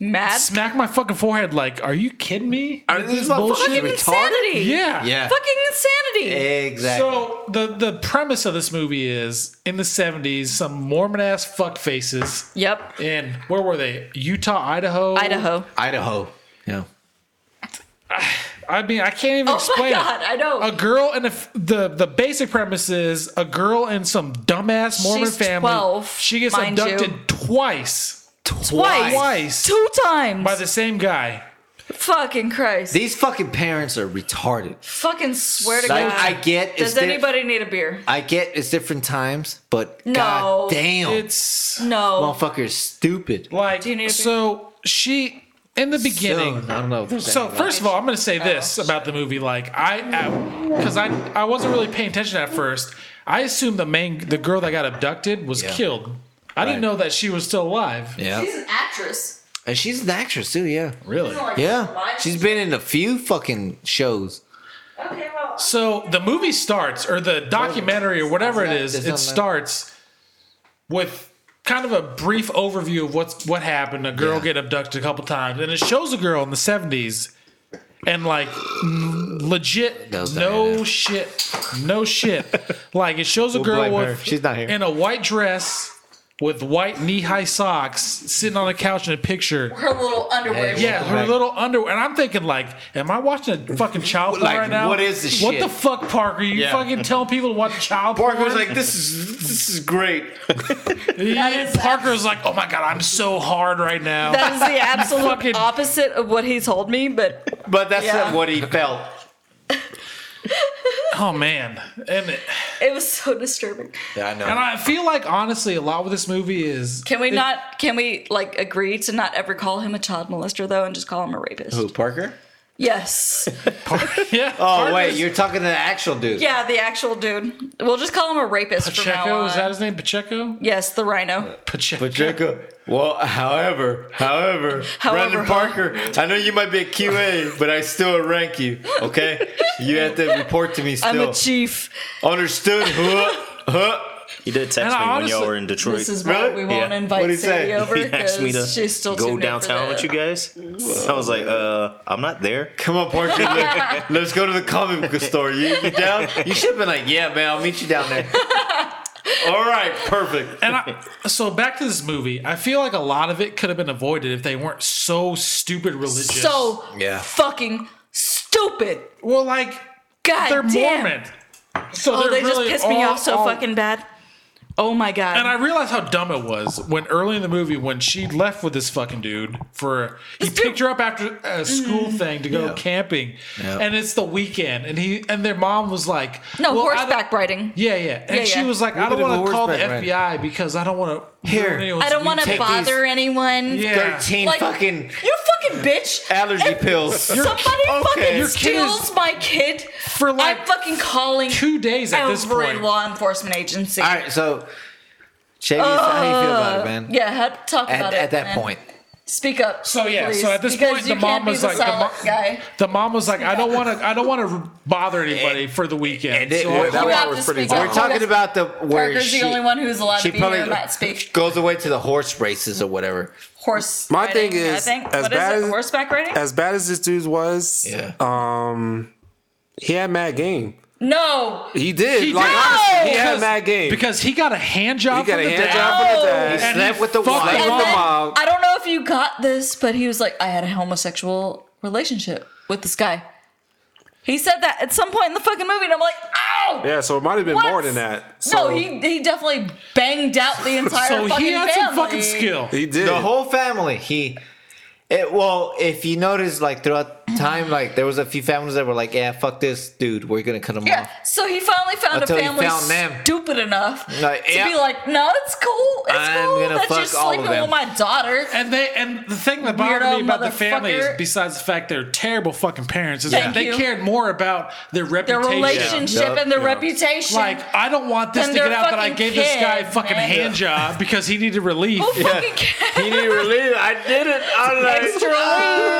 S3: Mad.
S1: smack my fucking forehead. Like, are you kidding me?
S2: Are
S1: With
S2: these motherfuckers
S3: Fucking
S2: retarded?
S3: insanity.
S1: Yeah,
S2: yeah,
S3: Fucking insanity.
S2: exactly.
S1: So the the premise of this movie is in the seventies, some Mormon ass fuck faces
S3: Yep.
S1: in where were they? Utah, Idaho.
S3: Idaho.
S2: Idaho, yeah,
S1: I mean, I can't even
S3: Oh my
S1: explain.
S3: god,
S1: it.
S3: I know.
S1: A girl and a f the the basic premise is a girl in some dumbass Mormon
S3: She's
S1: family.
S3: 12,
S1: she gets
S3: mind
S1: abducted
S3: you.
S1: twice,
S3: Twice.
S1: twice
S3: Two times.
S1: by the same guy.
S3: Fucking Christ.
S2: These fucking parents are retarded.
S3: Fucking swear to
S2: Like,
S3: God.
S2: I get it's
S3: Does
S2: diff-
S3: anybody need a beer?
S2: I get it's different times, but
S3: No.
S2: god damn,
S1: It's
S3: No.
S2: motherfucker's stupid.
S1: like
S3: Do you need a
S1: so she in the beginning.
S2: So, I don't know. if there's
S1: So
S2: any-
S1: first of all, I'm going to say this about the movie. Like I, because I, I wasn't really paying attention at first. I assumed the main, the girl that got abducted was
S2: Yeah.
S1: killed. I didn't
S2: Right.
S1: know that she was still alive.
S2: yeah,
S3: an actress.
S2: and Uh, she's an actress too. Yeah,
S1: Really?
S2: yeah, she's been in a few fucking shows.
S3: Okay, well.
S1: So the movie starts, or the documentary, or whatever it is,
S2: It's
S1: it
S2: not-
S1: starts with kind of a brief overview of what's what happened. A girl
S2: Yeah.
S1: get abducted a couple times, and it shows a girl in the seventies, and like n- legit,
S2: That was
S1: no
S2: Diana.
S1: shit, no shit. like it shows a
S2: We'll
S1: girl
S2: blame her.
S1: with
S2: She's not here.
S1: in a white dress with white knee-high socks sitting on a couch in a picture.
S3: Her little underwear.
S2: Hey,
S1: Yeah, her
S2: Like-
S1: little underwear. And I'm thinking, like, am I watching a fucking child porn
S2: Like,
S1: right now?
S2: what is this
S1: What
S2: shit?
S1: the fuck, Parker? You
S2: Yeah.
S1: fucking telling people to watch child porn?
S2: Parker's like, this is this is great.
S1: Yeah,
S3: That is-
S1: Parker's like, oh my god, I'm so hard right now.
S3: That is the absolute
S1: Fucking-
S3: opposite of what he told me, but
S2: But that's
S3: Yeah.
S2: not what he felt.
S1: oh man, and it-
S3: it was so disturbing.
S2: Yeah, I know.
S1: and I feel like honestly, a lot with this movie is
S3: Can we not? Can we like agree to not ever call him a child molester though, and just call him a rapist?
S2: Who, Parker?
S3: Yes.
S1: yeah.
S2: Oh wait, you're talking to the actual dude.
S3: Yeah, the actual dude. We'll just call him a rapist from now
S1: Pacheco
S3: on.
S1: is that his name? Pacheco.
S3: yes, the rhino.
S1: Pacheco.
S2: Jacob. Well, however, however,
S3: However,
S2: Brandon Parker, I know you might be a QA, but I still rank you. Okay, you have to report to me
S3: I'm
S2: still.
S3: a chief.
S2: Understood? Huh? Huh?
S5: He did text
S1: And
S5: me
S1: I
S5: when
S1: honestly-
S5: y'all were in Detroit.
S3: This is why
S2: Really?
S3: we won't
S5: Yeah.
S2: What'd
S3: invite
S2: he say?
S3: Sadie over
S5: he asked me to
S3: because she's still too
S5: go
S3: new for
S5: downtown with
S3: that.
S5: you guys. I was like, uh, I'm not there.
S2: Come on, Parker. Let, us go to the comic book store. You, you down? You should have been like, yeah, man, I'll meet you down there. All right, perfect.
S1: and I, so back to this movie, I feel like a lot of it could have been avoided if they weren't so stupid religious.
S3: So
S2: Yeah.
S3: fucking stupid.
S1: well, like
S3: God
S1: they're
S3: damn.
S1: Mormon. So
S3: Oh,
S1: they're
S3: they
S1: really
S3: just pissed me
S1: all-
S3: off so
S1: all-
S3: fucking bad. Oh my god.
S1: And I realized how dumb it was when early in the movie when she left with this fucking dude for he
S3: dude- Mm.
S1: picked her up after a school thing to go camping, and it's the weekend, and he and their mom was like,
S3: no
S1: "Well, I don't-
S3: horseback riding.
S1: Yeah, yeah, and
S3: Yeah,
S1: she
S3: yeah.
S1: was like, "I don't
S2: Little bit of
S1: want
S2: a
S1: to call the
S2: horseback ride.
S1: FBI because I don't want to
S2: Here.
S3: I don't want
S2: take
S3: to
S2: these-
S3: bother anyone.
S1: Yeah.
S2: Thirteen
S3: Like
S2: fucking
S3: you fucking bitch.
S2: allergy
S3: If
S2: pills.
S3: Somebody
S2: okay.
S3: fucking
S1: kid
S2: Your
S1: is-
S3: steals my kid.
S1: for like
S3: I'm fucking calling
S1: two days at this
S3: every
S1: point."
S3: law enforcement agency. Uh,
S2: All right, so Shady, how do you feel about it, man?
S3: Yeah, ha- talk
S2: At,
S3: about it.
S2: at that
S3: man.
S2: point,
S3: Speak up.
S1: So yeah,
S3: please,
S1: so at this
S3: because
S1: point,
S3: you
S1: the mom
S3: can't be
S1: was
S3: the
S1: like, the,
S3: silent
S1: mo-
S3: guy.
S1: the mom was like, I don't want to, I don't want to bother anybody for the weekend.
S2: and it-
S1: so
S2: we're-
S4: That
S3: You
S4: one
S3: have
S4: was
S3: to
S4: pretty
S3: speak
S4: dumb.
S3: up.
S2: we're talking about the where
S3: Parker's
S2: she,
S3: the only one who's allowed
S2: she
S3: to be
S2: probably-
S3: here and not speak.
S2: goes away to the horse races or whatever.
S3: Horse.
S4: My
S3: riding,
S4: thing is,
S3: I think.
S4: as
S3: What is
S4: bad
S3: it?
S4: as-
S3: horseback riding?
S4: As bad as this dude was,
S2: Yeah.
S4: um, he had mad game.
S3: no.
S4: He did.
S1: He
S4: like,
S1: did.
S4: honestly, he had
S1: Because-
S4: mad game.
S1: because he got a hand job.
S4: he got
S1: from
S4: a
S1: the
S4: hand
S1: dad.
S4: job from the dad.
S1: And
S2: Slept
S1: he
S2: with the
S1: fucked
S2: wife.
S1: the
S3: And
S1: mom.
S3: then-
S4: mom.
S3: I don't know if you got this, but he was like, I had a homosexual relationship with this guy. He said that at some point in the fucking movie, and I'm like, ow!
S4: Yeah, so it might have been
S3: What?
S4: more than that.
S3: no,
S4: So
S3: he he definitely banged out the entire
S1: So
S3: fucking
S1: he had some
S3: family.
S1: fucking skill.
S4: he did.
S2: The whole family. He. It, well, if you notice, like throughout time, like there was a few families that were like, "Yeah, fuck this dude, we're gonna cut him
S3: Yeah,
S2: off."
S3: so he finally found
S2: Until
S3: a
S2: he
S3: family
S2: found them.
S3: stupid enough
S2: Like,
S3: to
S2: yeah.
S3: be like, no, it's cool. It's
S2: I'm
S3: cool
S2: gonna
S3: that you're
S2: fuck all of
S3: sleeping
S2: them."
S3: with my daughter.
S1: And they and the thing that bothered me
S3: Weirdo
S1: about the family is
S3: motherfucker.
S1: besides the fact they're terrible fucking parents is
S3: Thank
S1: that they
S3: you.
S1: cared more about their
S3: Their
S1: reputation.
S3: relationship
S2: Yeah.
S3: and their reputation.
S1: Like I don't want this
S3: Than
S1: to get
S3: their
S1: out that I
S3: fucking
S1: gave this guy a
S3: kid,
S1: fucking
S3: man.
S1: hand job because he needed relief.
S3: Who
S1: you
S3: fucking cares?
S2: He didn't relieve. I did it. I'm like,
S3: Extra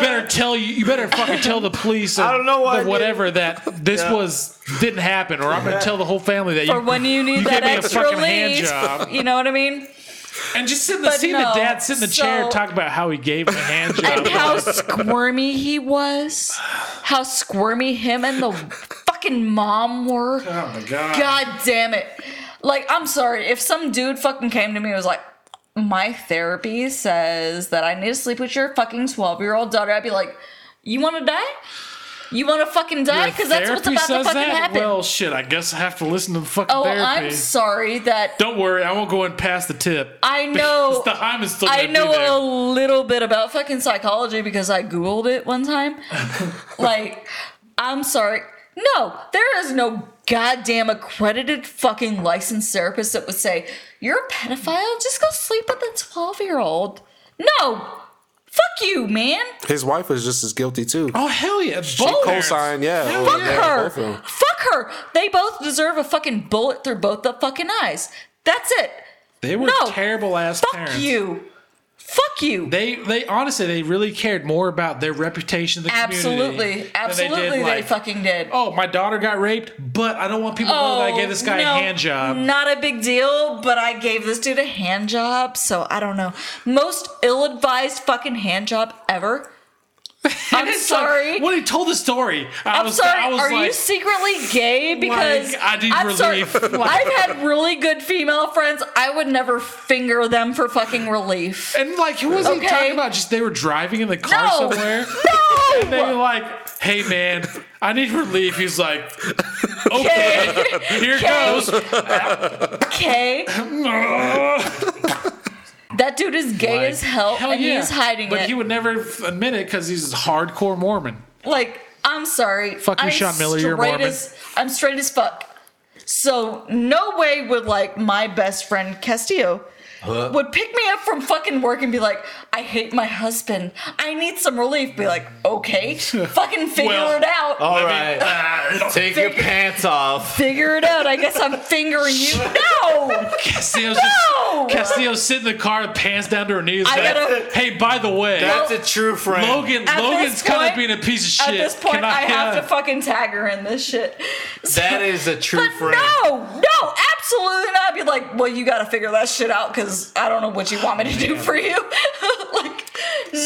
S1: better tell you. You better fucking tell the police. Or,
S2: I don't know why
S1: the
S2: I did it.
S1: whatever that this
S2: Yeah.
S1: was didn't happen, or I'm gonna tell the whole family that
S3: Or
S1: you
S3: when you need
S1: you gave
S3: that
S1: me a
S3: extra
S1: fucking hand
S3: leave.
S1: job.
S3: You know what I mean?
S1: And just sitting the
S3: But
S1: seeing
S3: no,
S1: the dad sit in the chair
S3: so-
S1: talk about how he gave him a hand job. Oh
S3: And how squirmy he was. How squirmy him and the fucking mom were.
S1: oh my god.
S3: God damn it. Like, I'm sorry. If some dude fucking came to me and was like, my therapy says that I need to sleep with your fucking 12 year old daughter, I'd be like, you want to die? You want to fucking
S1: Your
S3: die? Because that's what's
S1: therapy
S3: about to
S1: says
S3: fucking
S1: that?
S3: happen.
S1: Well, shit. I guess I have to listen to the fucking
S3: oh,
S1: therapy.
S3: I'm sorry that
S1: Don't worry, I won't go in past the tip.
S3: I know.
S1: Because the time is still
S3: I
S1: gonna be there.
S3: know a little bit about fucking psychology because I Googled it one time. like, I'm sorry. No, there is no goddamn accredited fucking licensed therapist that would say, You're a pedophile, just go sleep with a 12 year old. No! Fuck you, man!
S4: His wife was just as guilty too.
S1: Oh hell yeah, she
S4: Co-signed, yeah.
S1: Oh,
S4: it was-
S3: Fuck
S4: yeah,
S3: her!
S4: both of them.
S3: Fuck her! They both deserve a fucking bullet through both the fucking eyes. That's it.
S1: They were
S3: No.
S1: terrible ass
S3: Fuck
S1: parents.
S3: you. Fuck you.
S1: They they honestly they really cared more about their reputation in the community.
S3: Absolutely,
S1: than
S3: absolutely,
S1: They,
S3: they,
S1: did, like,
S3: fucking did.
S1: Oh, my daughter got raped, but I don't want people to know that I gave this guy
S3: Oh, no,
S1: a hand job.
S3: Not a big deal, but I gave this dude a hand job, so I don't know. Most ill-advised fucking hand job ever. I'm sorry.
S1: when he told the story, I
S3: I'm
S1: was,
S3: sorry.
S1: I was
S3: Are
S1: like,
S3: you secretly gay? Because
S1: I need
S3: am
S1: relief.
S3: Sorry, I've had really good female friends. I would never finger them for fucking relief.
S1: and like, who was he
S3: Okay.
S1: talking about? Just they were driving in the car
S3: No.
S1: somewhere. They were
S3: No.
S1: like, "Hey man, I need relief." He's like, "Okay, here goes."
S3: Okay. That dude is gay
S1: Like,
S3: as hell,
S1: Hell
S3: and
S1: yeah.
S3: he's hiding
S1: but
S3: it.
S1: he would never f- admit it because he's a hardcore Mormon.
S3: like, I'm sorry.
S1: Fuck you,
S3: I'm
S1: Sean Miller, you're
S3: straight
S1: Mormon.
S3: As, I'm straight as fuck. So no way would like my best friend Castillo would pick me up from fucking work and be like, I hate my husband. I need some relief. Be like, okay, fucking figure
S1: Well, oh.
S3: it out.
S2: All right,
S1: Uh,
S2: take your pants off.
S3: Figure it out. I guess I'm fingering you. No!
S1: Castillo's
S3: No!
S1: just Castillo's sitting in the car, pants down to her knees.
S3: I
S1: like,
S3: gotta-
S1: hey, by the way,
S2: That's a true friend.
S1: Logan
S3: At
S1: Logan's
S3: this
S1: kind of
S3: point-
S1: being a piece of shit.
S3: At this point,
S1: Can
S3: I, have
S1: uh,
S3: to fucking tag her in this shit.
S2: That is a true
S3: But
S2: friend.
S3: no, no, absolutely not. I'd be like, well, you got to figure that shit out because I don't know what you want me to do for you. like, no,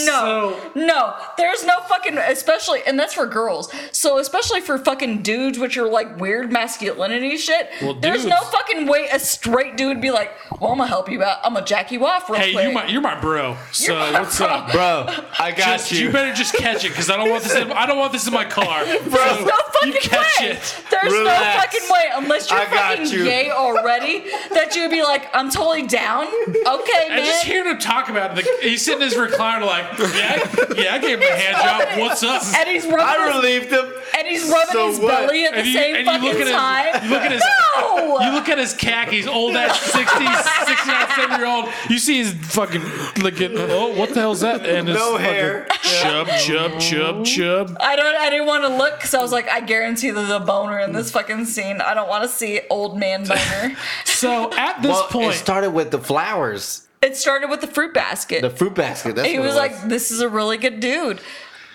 S1: So-
S3: no, there's no fucking, especially, and that's for girls. So especially for fucking dudes, which are like weird masculinity shit.
S1: Well,
S3: there's no
S1: dudes-
S3: fucking way a straight dude would be like, well, I'm gonna help you out. I'm gonna jack you off real
S1: Hey,
S3: quick.
S1: you my, you're my bro. So
S3: You're my
S1: what's
S3: bro.
S1: up?
S2: Bro, I got
S1: Just-
S2: you.
S1: you better just catch it because I don't want this. In, I don't want this in my car.
S3: There's no fucking
S1: catch
S3: way.
S1: it.
S3: There's no
S2: Relax.
S3: fucking way unless you're
S2: I got
S3: fucking
S2: you.
S3: gay already that you'd be like, I'm totally down. Okay,
S1: And just
S3: man.
S1: hearing him talk about it, like, he's sitting in his recliner, like, yeah, yeah, I gave him a hand job. What's up?
S3: And he's rubbing,
S2: I
S3: his,
S2: relieved him.
S3: and he's rubbing
S2: So
S3: his
S2: what?
S3: belly at the
S1: And you-
S3: same
S1: and you
S3: fucking
S1: look at his-
S3: time.
S1: you look at his-
S3: No!
S1: You look at his khakis, old ass 60, 69, 70 year old. You see his fucking like, it- oh, what the hell's that? And his
S2: No
S1: fucking
S2: hair.
S1: Chub, chub, chub, chub.
S3: I don't. I didn't want to look because I was like, I guarantee there's a boner in this fucking scene. I don't want to see old man boner.
S1: So at this
S2: it
S1: point,
S2: started with the flowers,
S3: it started with the fruit basket.
S2: the fruit basket. That's
S3: he
S2: what
S3: was
S2: it was
S3: like, "This is a really good dude."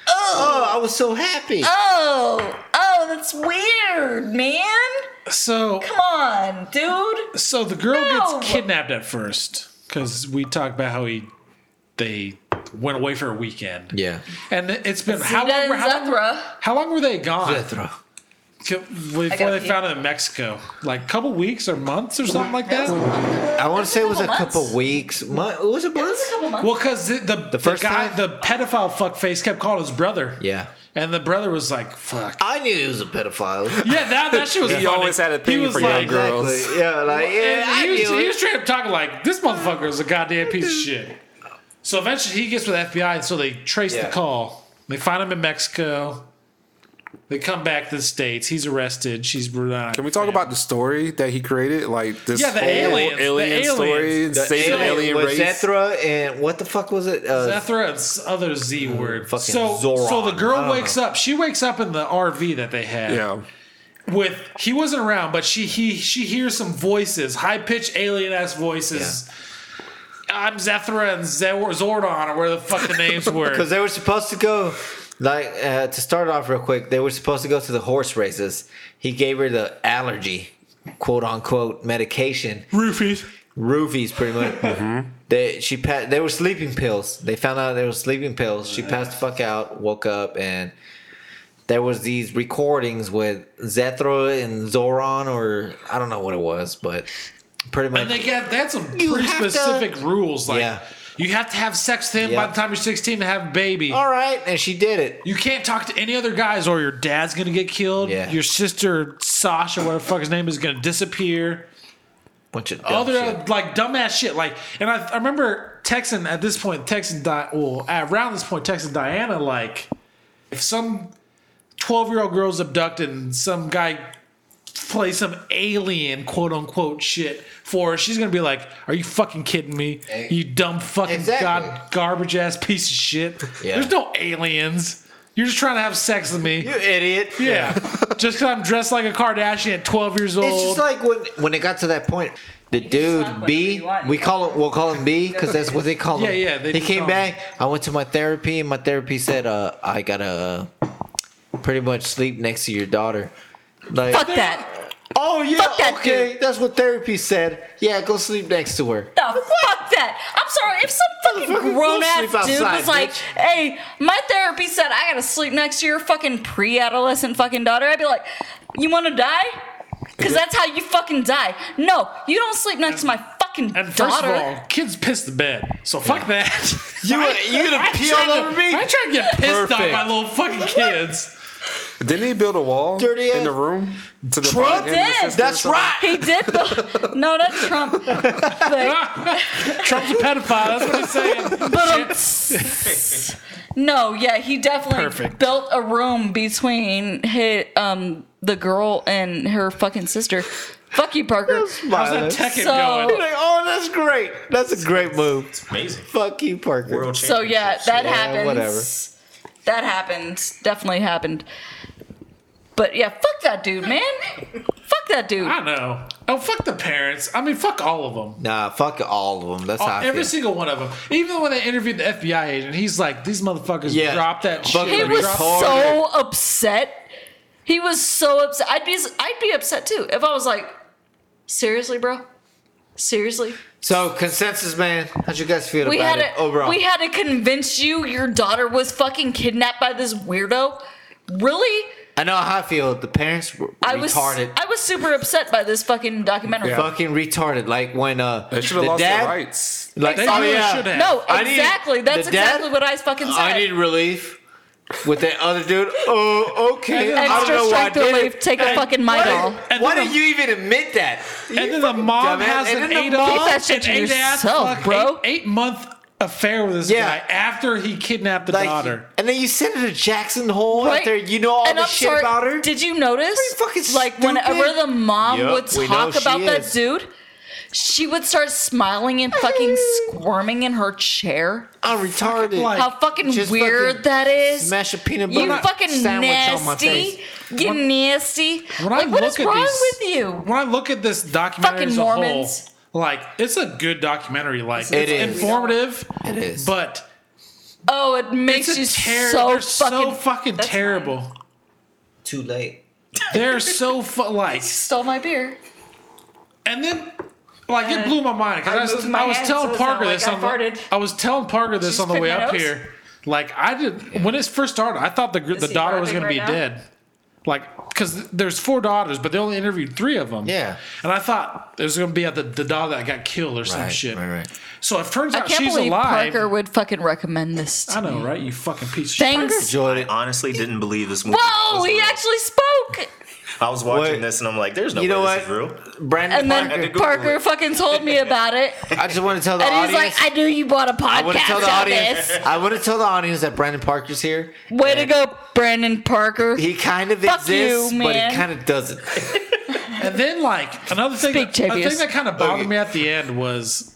S2: oh, I was so happy.
S3: Oh, oh, that's weird, man.
S1: so
S3: Come on, dude.
S1: so the girl
S3: No.
S1: gets kidnapped at first because we talked about how he they went away for a weekend.
S2: yeah.
S1: And it's been how
S3: Zeta
S1: long, were-
S3: and
S1: how, long,
S3: Zethra.
S1: how long were they gone?
S2: Jethro.
S1: K- Before
S3: gotta
S1: they
S3: pee.
S1: found him in Mexico, like a couple weeks or months or something like that.
S2: I want to say it was a
S3: couple
S2: couple
S3: months.
S2: weeks. Month? It was a month.
S1: Well, because the, the, the
S2: first
S1: guy,
S2: time?
S1: the pedophile fuckface, kept calling his brother.
S2: Yeah.
S1: and the brother was like, "Fuck."
S2: I knew he was a pedophile.
S1: Yeah, that, that shit was.
S4: He
S1: funny.
S4: always had a
S1: He
S4: thing
S1: was
S4: for young
S1: like-
S4: girls.
S2: Exactly. Yeah, like yeah,
S1: And
S2: I
S1: he, was,
S2: knew
S1: he
S2: it.
S1: was straight up talking like, "This motherfucker is a goddamn piece of shit." So eventually, he gets with FBI, and so they trace
S2: Yeah.
S1: the call. They find him in Mexico. They come back to the states. He's arrested. She's not.
S4: Can we talk about the story that he created? Like this
S1: Yeah, the
S4: whole
S1: aliens, the
S4: alien
S1: aliens.
S4: story,
S1: The
S4: save the alien
S2: was
S4: race.
S2: Zethra and what the fuck was it? Uh,
S1: Zethra and s- other Z word.
S2: fucking
S1: so,
S2: Zoran.
S1: so the
S2: I
S1: girl
S2: don't
S1: wakes up. She wakes up in the RV that they had.
S4: Yeah,
S1: With he wasn't around, but she he she hears some voices, high pitched alien ass voices. I'm Zethra and Ze- Zordon, or where the fuck the names were.
S2: Because they were supposed to go, like, uh, to start off real quick, they were supposed to go to the horse races. He gave her the allergy, quote unquote, medication.
S1: Roofies.
S2: Roofies, pretty much. They she pa- they were sleeping pills. They found out they were sleeping pills. She passed the fuck out, woke up, and there was these recordings with Zethra and Zoran, or I don't know what it was, but pretty much.
S1: And they got that's some
S2: You
S1: pretty
S2: have to-
S1: specific rules. Like
S2: Yeah.
S1: you have to have sex with him by
S2: Yeah.
S1: the time you're 16 to have a baby.
S2: all right, and she did it.
S1: You can't talk to any other guys, or your dad's gonna get killed.
S2: Yeah.
S1: Your sister Sasha, whatever the fuck his name is, gonna disappear.
S2: Bunch of dumb
S1: other
S2: shit.
S1: like dumbass shit. Like, and I, I remember texting at this point, texting Di- well at around this point, texting Diana like, if some twelve year old girl's abducted and some guy plays some alien quote unquote shit for her, she's gonna be like, "Are you fucking kidding me? You dumb fucking
S2: Eh, Exactly.
S1: god garbage ass piece of shit.
S2: Yeah.
S1: There's no aliens." You're just trying to have sex with me.
S2: you idiot.
S1: yeah. just because I'm dressed like a Kardashian at 12 years old.
S2: It's just like when when it got to that point, the dude
S3: slap whatever
S2: B,
S3: you want.
S2: we call him, we'll call him B because that's what they call him.
S1: Yeah, yeah, they
S2: he
S1: do
S2: came
S1: call him.
S2: back. I went to my therapy, and my therapy said, "Uh, I gotta uh, pretty much sleep next to your daughter." Like,
S3: Fuck that.
S2: Oh yeah,
S3: Fuck that
S2: okay.
S3: dude.
S2: That's what therapy said. Yeah, go sleep next to her.
S3: the fuck that. I'm sorry. If some fucking
S2: Motherfucker,
S3: grown
S2: go
S3: ass
S2: sleep
S3: dude
S2: outside,
S3: was like,
S2: bitch.
S3: "Hey, my therapy said I gotta sleep next to your fucking pre-adolescent fucking daughter," I'd be like, "You want to die? Because that's how you fucking die. No, you don't sleep next to my fucking
S1: And first
S3: daughter."
S1: of all, kids piss the bed, so fuck that.
S2: You gonna- you gonna
S1: I'm
S2: pee all
S1: trying to-
S2: over me?
S1: I'm trying to get pissed
S2: Perfect.
S1: off by little fucking kids.
S4: Didn't he build a wall
S2: Dirty
S4: in
S2: ass-
S4: the room? To the
S2: Trump
S4: body and the
S3: did.
S4: sister or
S2: That's
S4: something?
S2: right.
S3: he did the no, that's Trump. But-
S1: Trump's a pedophile. That's what he's saying.
S3: But um, no, yeah, he definitely
S1: Perfect.
S3: built a room between his, um the girl and her fucking sister. Fuck you, Parker.
S1: How's that
S2: Like,
S1: Tekken
S3: So-
S1: going?
S2: oh, that's great. That's a great move.
S5: Amazing.
S2: Fuck you, Parker.
S5: World
S3: So yeah,
S5: championships.
S3: that
S2: Yeah,
S3: happens.
S2: whatever.
S3: That happened. Definitely happened. But yeah, fuck that dude, man. fuck that dude.
S1: I know. Oh, fuck the parents. I mean, fuck all of them.
S2: Nah, fuck all of them. That's
S1: All-
S2: how I
S1: every
S2: feel.
S1: single one of them. Even when they interviewed the FBI agent, he's like, "These motherfuckers
S2: Yeah.
S1: dropped that shit.
S2: Fuck
S3: he
S2: He
S1: They
S3: was
S1: dropped-
S2: retarded.
S3: so upset. He was so upset. I'd be I'd be upset too if I was like, seriously, bro. Seriously,
S2: So consensus, man. How'd you guys feel
S3: we
S2: about
S3: had
S2: it
S3: to
S2: overall?
S3: we had to convince you your daughter was fucking kidnapped by this weirdo. Really?
S2: I know how I feel. The parents were
S3: I was
S2: retarded.
S3: I was super upset by this fucking documentary.
S4: Yeah.
S2: fucking retarded. Like when uh,
S4: They should have
S2: the
S4: lost
S2: dad,
S4: their rights.
S2: Like,
S1: They
S2: oh
S1: really
S2: yeah,
S1: should have.
S3: No,
S2: I need-
S3: exactly. That's
S2: the dad-
S3: exactly what I fucking said.
S2: I need relief. With that other dude, oh okay. I don't
S3: Extra
S2: know why I
S3: strength
S2: did
S3: relief.
S2: it.
S3: Take a fucking
S2: Why,
S3: Midol.
S1: And
S2: why
S1: then
S2: did
S1: the-
S2: you even admit that?
S1: And then the mom
S2: dumbass.
S1: has
S2: And
S1: an
S2: then the
S1: eight,
S2: mom-
S1: month,
S2: Keep
S3: that shit
S1: an
S3: to
S1: eight ass
S3: yourself,
S1: fuck,
S3: bro.
S1: Eight, eight month affair with this
S2: Yeah.
S1: guy after he kidnapped the
S2: Like,
S1: daughter.
S2: and then you send her to Jackson Hole
S3: Right?
S2: after you know all
S3: And
S2: the
S3: I'm
S2: shit
S3: sorry,
S2: about her.
S3: Did you notice?
S2: Pretty fucking
S3: like whenever
S2: stupid.
S3: the mom
S2: Yup,
S3: would
S2: we know
S3: talk
S2: she
S3: about that
S2: is.
S3: dude, she would start smiling and fucking squirming in her chair.
S2: I'm retarded.
S1: Like,
S3: How fucking
S2: Just
S3: weird
S2: fucking
S3: that is.
S2: Smash a peanut butter
S3: you fucking
S2: sandwich on my
S3: nasty.
S2: face.
S3: You nasty.
S1: When I
S3: like what
S1: look
S3: is
S1: at
S3: wrong
S1: these-
S3: with you?
S1: when I look at this documentary
S3: Fucking
S1: as a whole,
S3: Mormons.
S1: like it's a good documentary. Like
S2: It
S1: it's
S2: is.
S1: informative.
S2: It is.
S1: But
S3: Oh, it makes
S1: it's a
S3: you
S1: ter-
S3: so
S1: they're
S3: fucking.
S1: so fucking
S3: That's fine.
S1: terrible.
S2: Too late.
S1: They're so fu- like,
S3: Stole my beer.
S1: and then like it blew my mind
S3: I
S1: because I,
S3: moved
S1: was
S3: my
S1: I was
S3: hand so
S1: telling
S3: it's
S1: Parker
S3: not
S1: this.
S3: like I
S1: on the,
S3: farted.
S1: I was telling Parker this
S3: She's
S1: on the way
S3: picking
S1: up
S3: nose?
S1: here. Like I did when it first started, I thought the gr- the
S3: he
S1: daughter was going
S3: driving
S1: to
S3: right
S1: be
S3: now?
S1: dead. Like because there's four daughters, but they only interviewed three of them.
S2: Yeah.
S1: and I thought it was going to be at the, the daughter that got killed or some
S2: Right,
S1: shit.
S2: right, right.
S1: So it turns
S3: I
S1: out
S3: can't
S1: she's
S3: believe
S1: alive.
S3: Parker would fucking recommend this. To
S1: I know, right? You fucking piece of shit.
S3: Thanks.
S2: Enjoyed
S5: I
S2: it.
S5: honestly didn't believe this movie.
S3: Whoa,
S5: was
S3: he
S5: real.
S3: actually spoke.
S5: I was watching
S2: Wait.
S5: this and I'm like, there's no
S2: You
S5: way
S2: know
S5: this is real.
S2: what? Brandon
S3: And then
S2: Parker.
S3: Parker, fucking told me about it.
S2: I just want to tell the
S3: And he's
S2: audience.
S3: like, I knew you bought a
S2: I want to tell
S3: podcast
S2: the
S3: on
S2: audience.
S3: this.
S2: I want to tell the audience that Brandon Parker's here.
S3: Way to go, Brandon Parker.
S2: He kind of
S3: Fuck you,
S2: exists, but
S3: man.
S2: he kind of doesn't.
S1: And then, like another thing,
S3: Speak,
S1: that, a
S3: Tavius.
S1: thing that kind of bothered
S2: Okay.
S1: me at the end was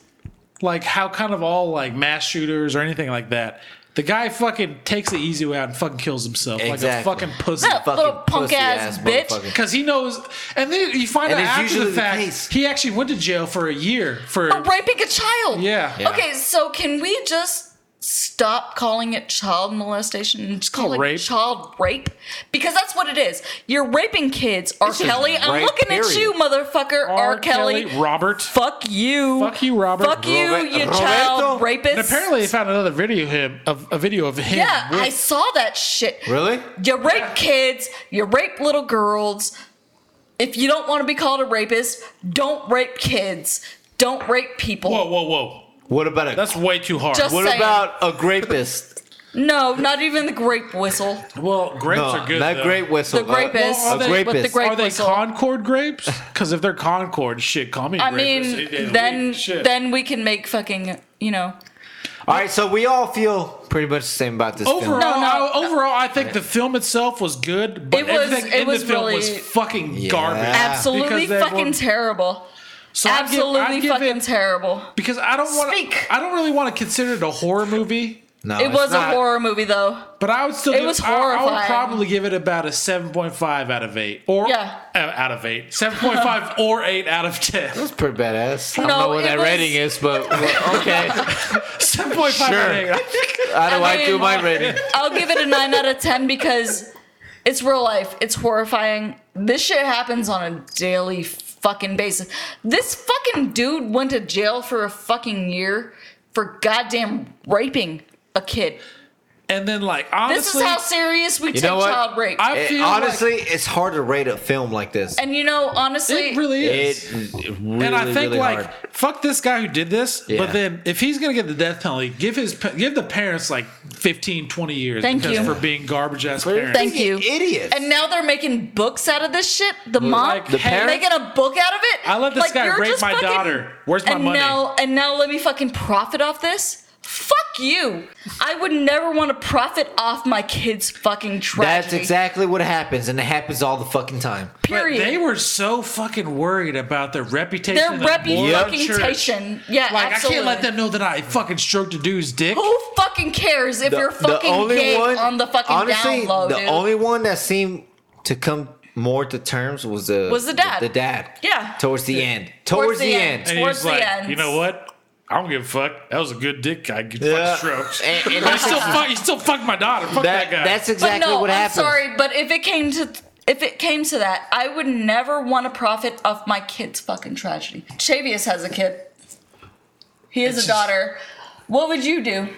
S1: like how kind of all like mass shooters or anything like that. The guy fucking takes the easy way out and fucking kills himself like a
S2: Exactly.
S1: fucking pussy.
S3: No. Little punk
S2: pussy
S3: ass bitch.
S2: motherfucker.
S1: Because he knows, and then you find
S2: And
S1: out
S2: it's
S1: after
S2: usually
S1: the
S2: the
S1: fact
S2: case.
S1: he actually went to jail for a year for
S3: For raping a child.
S1: Yeah.
S2: Yeah.
S3: Okay, so can we just stop calling it child molestation and just call
S1: called
S3: it
S1: rape.
S3: child rape? Because that's what it is. You're raping kids, R.
S2: just
S3: Kelly. I'm
S2: rape,
S3: looking at
S2: period.
S3: you, motherfucker, R. Kelly.
S1: Robert.
S3: Fuck you.
S1: Fuck you, Robert.
S3: Fuck you,
S2: Robert-
S3: you
S2: Roberto.
S3: child rapist.
S1: and apparently, they found another video of him of a video of him.
S3: Yeah,
S1: with-
S3: I saw that shit.
S2: Really?
S3: You rape kids, you rape little girls. If you don't want to be called a rapist, don't rape kids. Don't rape people.
S1: whoa, whoa, whoa!
S2: What about a?
S1: That's way too hard.
S3: Just-
S2: what
S3: saying.
S2: about a grapist?
S3: No, not even the grape whistle.
S1: well, grapes
S2: No,
S1: are good.
S2: Oh, that
S1: though.
S2: grape whistle.
S3: The grapist.
S1: well, are they-
S2: a
S1: with
S3: the
S2: grapist.
S3: grape-
S1: Are they
S3: whistle.
S1: Concord grapes? Because if they're Concord, shit, call me.
S3: I
S1: grapes. It-
S3: mean,
S1: it-
S3: then
S1: shit.
S3: then we can make fucking, you know.
S2: Ah. All right, so we all feel pretty much the same about this
S1: overall,
S2: film.
S3: No, no,
S1: I, overall, I think the film itself was good, but
S3: It was-
S1: everything
S3: it
S1: in
S3: was
S1: the film
S3: really-
S1: was fucking
S2: Yeah.
S1: garbage.
S2: Ah,
S3: Absolutely
S1: because they
S3: fucking
S1: were-
S3: terrible.
S1: So I'd give-
S3: Absolutely
S1: I'd give
S3: fucking
S1: it-
S3: terrible.
S1: because I don't want.
S3: Speak.
S1: I don't really want to consider it a horror movie,
S2: No,
S3: it
S2: it's
S3: was
S2: not.
S3: a horror movie though.
S1: but I would still.
S3: It
S1: give,
S3: was
S1: I- I, would
S3: horrifying.
S1: probably give it about a seven point five out of eight, or
S3: Yeah.
S1: uh, out of eight, seven point five or eight out of ten.
S2: It's pretty badass. I don't
S3: No,
S2: know what
S3: it
S2: that
S3: was-
S2: rating is, but well, okay.
S1: Seven point five.
S2: Sure. How do
S3: I
S2: I, do
S3: mean-
S2: my rating?
S3: I'll give it a 9 out of 10 because It's real life. It's horrifying. This shit happens on a daily fucking basis. This fucking dude went to jail for a fucking year for goddamn raping a kid.
S1: And then, like,
S3: This
S1: honestly,
S3: is how serious we take
S2: know what?
S3: child rape.
S1: I-
S2: It-
S1: feel like-
S2: honestly, it's hard to rate a film like this.
S3: and you know, honestly,
S1: it really is.
S2: It, it really,
S1: and I think
S2: really
S1: like
S2: hard.
S1: fuck this guy who did this,
S2: Yeah.
S1: but then if he's gonna get the death penalty, give his pa- give the parents like 15, 20 years
S3: Thank
S1: because
S3: you.
S1: for being garbage ass parents.
S3: Thank you.
S2: Idiots.
S3: And now they're making books out of this shit. The mom
S1: like, the
S3: they're
S1: parents-
S3: making a book out of it.
S1: I let this
S3: Like,
S1: guy
S3: you're
S1: rape
S3: just
S1: my
S3: fucking-
S1: daughter. Where's my
S3: and
S1: money?
S3: Now, and now let me fucking profit off this. Fuck you. I would never want to profit off my kid's fucking tragedy.
S2: That's exactly what happens, and it happens all the fucking time.
S1: But
S3: Period.
S1: they were so fucking worried about their reputation.
S3: their
S1: in the Mormon church.
S3: reputation. Yeah,
S1: Like
S3: absolutely.
S1: I can't let them know that I fucking stroked a dude's dick.
S3: Who fucking cares if you're fucking gay on the fucking
S2: honestly,
S3: down low,
S2: the
S3: dude?
S2: only one that seemed to come more to terms was the
S3: Was the dad.
S2: The, dad.
S3: Yeah.
S2: Towards the end. Towards, the, end.
S1: And he
S3: towards
S1: was
S3: the
S1: like,
S3: end.
S1: you know what? I don't give a fuck. That was a good dick. I get
S2: Yeah.
S1: fucking stroked.
S2: And- and
S1: but he
S2: that's
S1: still
S2: exa-
S1: fuck. He still fucked my daughter. Fuck that,
S2: That-
S1: guy.
S2: that's exactly
S3: but no,
S2: what
S3: I'm
S2: happens.
S3: sorry, but if it came to if it came to that, I would never want to profit off my kid's fucking tragedy. Chavius has a kid. He has
S1: It's just-
S3: a daughter. What would you do?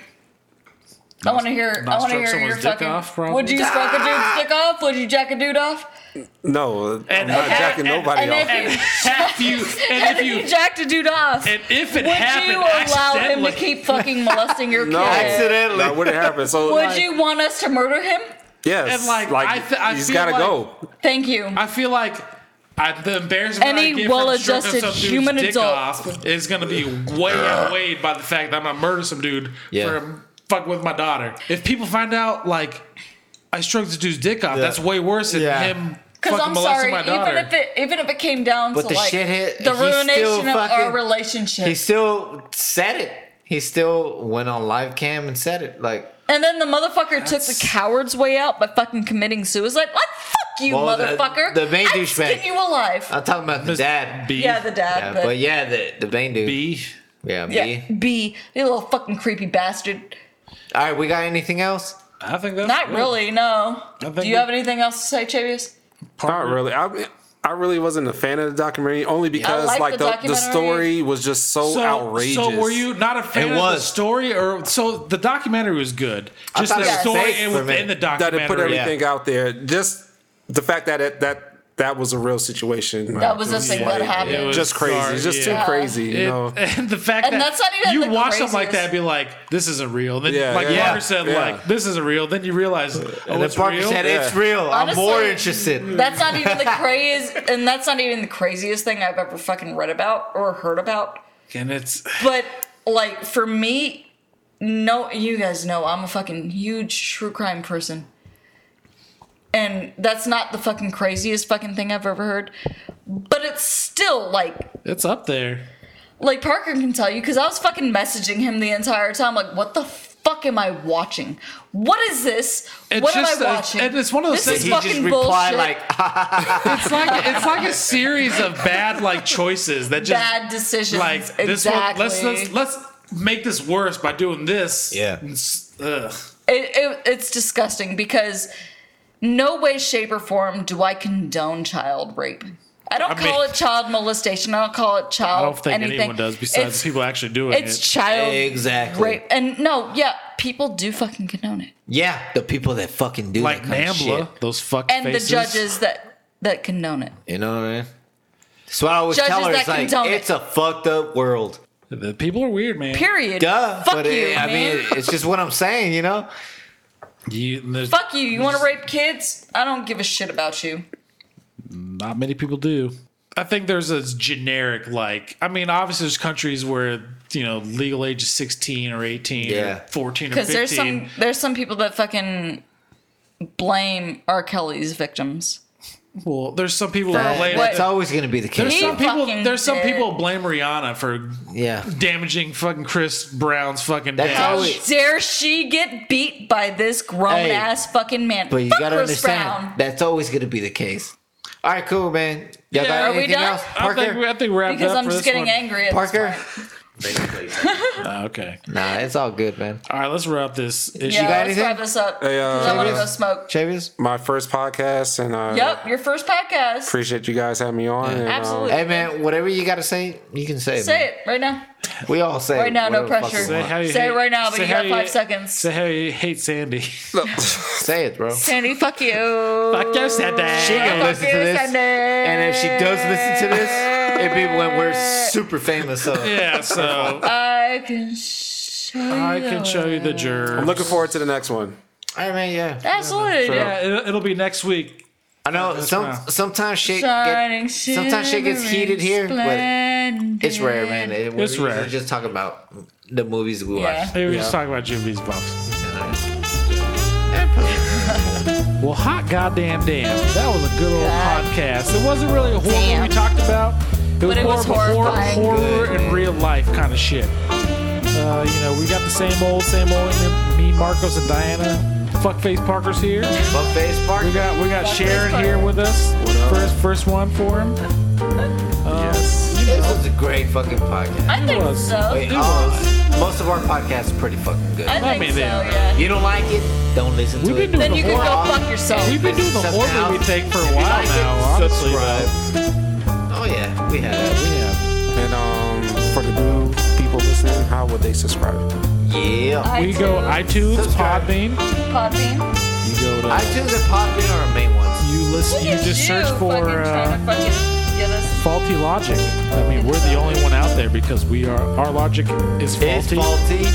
S3: I want to hear. I
S1: Not
S3: want to
S1: stroke
S3: hear your
S1: someone's dick
S3: fucking.
S1: off, probably.
S3: would you stroke a dude's dick off? Would you jack a dude off?
S4: No, I'm not
S1: and-
S4: jacking
S1: and-
S4: nobody
S3: and
S4: off.
S3: if-
S1: and half you. And if
S3: And if
S1: you.
S3: you jacked a dude off,
S1: and if it
S3: would
S1: happened,
S3: you allow him
S1: accidentally-
S3: to keep fucking molesting your
S4: No,
S3: kid?
S2: Accidentally.
S4: That wouldn't happen. So,
S3: Would
S4: like,
S3: you want us to murder him?
S4: yes,
S1: And, like, I th- I
S4: he's
S1: feel
S4: gotta
S1: like-
S4: go.
S3: Thank you.
S1: I feel like I, the embarrassment
S3: Any
S1: I get
S3: well-adjusted
S1: from stroking some dude's
S3: human
S1: dick
S3: adult.
S1: off is going to be way outweighed by the fact that I'm going to murder some dude
S2: Yeah.
S1: for fuck with my daughter. If people find out like I stroked the dude's dick off,
S2: Yeah.
S1: that's way worse than
S2: Yeah.
S1: him
S3: Because
S1: fucking
S3: I'm
S1: molesting
S3: sorry,
S1: my
S3: even
S1: daughter.
S3: if it even if it came down
S2: But
S3: to
S2: the
S3: like
S2: shit hit-
S3: the
S2: he's still
S3: ruination of our
S2: fucking-
S3: relationship,
S2: He still said it. He still went on live cam and said it. Like,
S3: and then the motherfucker took the coward's way out by fucking committing suicide. Like fuck you,
S2: Well, the-
S3: motherfucker!
S2: the main
S3: I'd
S2: douchebag.
S3: skin you alive.
S2: I'm talking about the dad.
S1: B.
S3: yeah, the dad.
S2: Yeah,
S3: but,
S2: but yeah, the, the main dude.
S1: B.
S2: Yeah, B.
S3: yeah, B, you little fucking creepy bastard.
S2: All right, we got anything else?
S1: I think that's
S3: Not
S1: good.
S3: really. No.
S1: think
S3: Do you
S1: we-
S3: have anything else to say, Chavius?
S4: Not really. I, I really wasn't a fan of the documentary only because
S3: like
S4: like
S3: the
S4: the, the,
S3: documentary.
S4: story was just so,
S1: So,
S4: outrageous.
S1: so were you not a fan
S2: It
S1: of the
S2: was.
S1: story, or so the documentary was good? Just
S2: thought
S1: the
S3: it was
S1: story
S2: fake
S1: and
S2: for me.
S1: within the
S4: that
S1: documentary.
S4: it put everything out there? Just the fact that it, that that was a real situation.
S3: That was a thing that happened.
S1: It was
S4: just crazy.
S1: bizarre,
S4: It's just
S1: yeah.
S4: too crazy. You
S1: It-
S4: know.
S1: and the fact
S3: And
S1: that
S3: that's not even
S1: you
S3: the
S1: watch something like
S3: craziest.
S1: that and be like, this isn't real. Then,
S4: Yeah,
S1: like
S4: yeah.
S1: Parker said,
S4: Yeah.
S1: like, this isn't real. Then you realize, oh,
S2: And then
S1: it's
S2: Parker
S1: real.
S2: said, it's
S4: Yeah.
S2: real.
S3: Honestly,
S2: I'm more interested.
S3: That's not even the craze, and that's not even the craziest thing I've ever fucking read about or heard about.
S1: and it's,
S3: But like for me, no, you guys know I'm a fucking huge true crime person, and that's not the fucking craziest fucking thing I've ever heard. But it's still like,
S1: it's up there.
S3: like Parker can tell you because I was fucking messaging him the entire time. Like, what the fuck am I watching? What is this?
S1: It's
S3: what
S1: just-
S3: am I
S1: it's-
S3: watching?
S1: and it's one of those
S3: This
S1: things
S3: is
S2: He
S3: fucking
S2: just replied
S3: bullshit.
S2: like, "Ah,
S1: It's like it's like a series of bad like choices that just
S3: bad decisions.
S1: like this
S3: exactly.
S1: one. Let's, let's let's make this worse by doing this.
S2: Yeah.
S1: It's- ugh.
S3: it, it, it's disgusting because no way shape or form do i condone child rape i don't
S1: I
S3: call
S1: mean-
S3: it child molestation i don't call it child
S1: I don't think
S3: anything.
S1: anyone does besides
S3: it's,
S1: people actually doing
S3: it's
S1: it.
S3: child
S2: Exactly.
S3: rape and no yeah people do fucking condone it
S2: yeah, the people that fucking do
S1: like
S2: that kind of shit.
S1: NAMBLA, those fuck
S3: and
S1: faces.
S3: the judges that that condone it
S2: You know what I mean? That's what I always
S3: Judges
S2: tell her.
S3: that
S2: It's like,
S3: condone it.
S2: it's a fucked up world.
S1: The people are weird, man.
S3: period
S2: Duh.
S3: fuck
S2: but
S3: you
S2: it- I
S3: man.
S2: mean, it's just what I'm saying, you know?
S1: You, there's
S3: fuck you you want to rape kids i don't give a shit about you
S1: not many people do. I think there's a generic like. I mean, obviously, there's countries where you know legal age is 16 or 18
S2: Yeah.
S1: or 14 or 15.
S3: because there's some there's some people that fucking blame r kelly's victims
S1: well, there's some people that
S2: That-
S1: blame.
S2: Uh, that's
S3: What?
S2: always going to be the
S1: There's
S2: case.
S1: some
S2: though.
S1: people.
S3: fucking
S1: There's some
S3: did.
S1: people blame Rihanna for
S2: Yeah.
S1: damaging fucking Chris Brown's fucking.
S2: That's
S1: dad.
S2: Oh,
S3: How
S2: wait.
S3: dare she get beat by this grown
S2: Hey,
S3: ass fucking man?
S2: But you
S3: Fuck
S2: got to
S3: Chris
S2: understand,
S3: Brown.
S2: that's always going to be the case. All right, cool, man. Y'all
S1: Yeah,
S2: got
S1: are we
S2: anything
S3: done?
S2: else?
S1: I think, we-
S2: Parker?
S1: I think we're wrapped
S3: Because
S1: up
S3: I'm
S1: for
S3: just
S1: this
S3: getting
S1: one.
S3: angry at this
S2: Parker?
S3: point.
S5: They don't play tag.
S1: Ah, okay.
S2: Nah, it's all good, man.
S1: All right, let's wrap this issue.
S3: Yeah, let's
S2: anything?
S3: wrap this up.
S4: Hey, uh,
S3: 'cause I want to go
S4: Travis?
S3: smoke.
S2: Chavis?
S4: My first podcast, and I
S3: Yep, your first podcast.
S4: appreciate you guys having me on. And, um,
S3: Absolutely.
S2: Hey, man, whatever you got to say, you can say it.
S3: Say
S2: man.
S3: it right now.
S2: We all say
S3: Right now, no
S2: whatever the fuck
S3: pressure.
S2: we
S1: Say,
S2: want.
S1: how you
S3: Say it
S1: hate-
S3: right now, but
S1: say
S3: you
S1: how
S3: got five seconds.
S1: Say how you hate Sandy.
S2: Say it, bro.
S3: Sandy, fuck you.
S1: Fuck you, Sandy.
S2: She gonna
S3: Fuck
S2: listen
S3: you,
S2: to this,
S3: Sandy.
S2: and if she does listen to this, it'd be when we're super famous. So
S1: Yeah, so
S3: I can show
S1: I
S3: you.
S1: can show you the
S4: I'm
S1: germ.
S4: looking forward to the next one.
S2: I mean, yeah,
S3: Absolutely.
S1: Yeah, it'll, it'll be next week.
S2: I know.
S1: right.
S2: Some sometimes shit get,
S3: Shining,
S2: sometimes shit gets heated here, but it's rare, man. It, we
S1: It's
S2: usually
S1: rare.
S2: Just talk about the movies we
S3: Yeah.
S1: Hey, we were just talking about Jim V's buffs.
S2: watch.
S1: Well, hot goddamn damn. That was a good old podcast. It wasn't really a horror
S3: Damn.
S1: we talked about. It was
S3: it
S1: more
S3: was
S1: of a horror,
S3: horrifying.
S1: horror and real life kind of shit. Uh, you know, we got the same old, same old. Me, Marcos, and Diana. Fuckface Parker's here.
S2: Buffet's Park.
S1: We got we got
S3: Fuckface
S1: Sharon
S3: Parker.
S1: here with us.
S4: up?
S1: First first one for him. Uh,
S2: This was a great fucking podcast.
S3: I think
S1: was.
S3: so.
S2: Wait, all- most of our podcasts are pretty fucking good.
S3: I think
S1: mean,
S3: so,
S1: they-
S3: yeah.
S2: you don't like it? Don't listen
S1: We've
S2: to
S1: been
S2: it.
S1: doing
S3: Then you
S1: the
S3: can
S1: horror.
S3: go fuck yourself.
S1: We've been doing the
S2: Except
S1: horror
S2: now,
S1: movie thing for a
S2: if you
S1: while
S2: like it,
S1: now. Honestly,
S2: subscribe.
S1: though.
S2: Oh yeah, we have.
S1: Yeah.
S4: And um, for the new people listening, how would they subscribe?
S2: Yeah.
S1: We go iTunes,
S2: Subscribe.
S1: Podbean.
S3: Podbean.
S1: You go to
S2: iTunes and Podbean are our main ones.
S1: you listen. You just search for uh, faulty logic. I mean, we're the only one out there because we are our logic is
S2: It's
S1: faulty.
S2: faulty.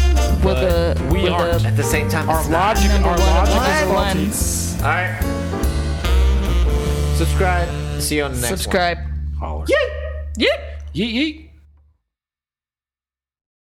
S1: but
S3: with a-
S1: we
S3: with
S1: aren't.
S2: At the same time,
S1: Our
S2: it's not.
S1: logic, our
S2: What?
S1: logic is faulty.
S2: All right. Subscribe. See you on the next one.
S3: Subscribe.
S1: Holler.
S3: Yep.
S1: Yeet yeet.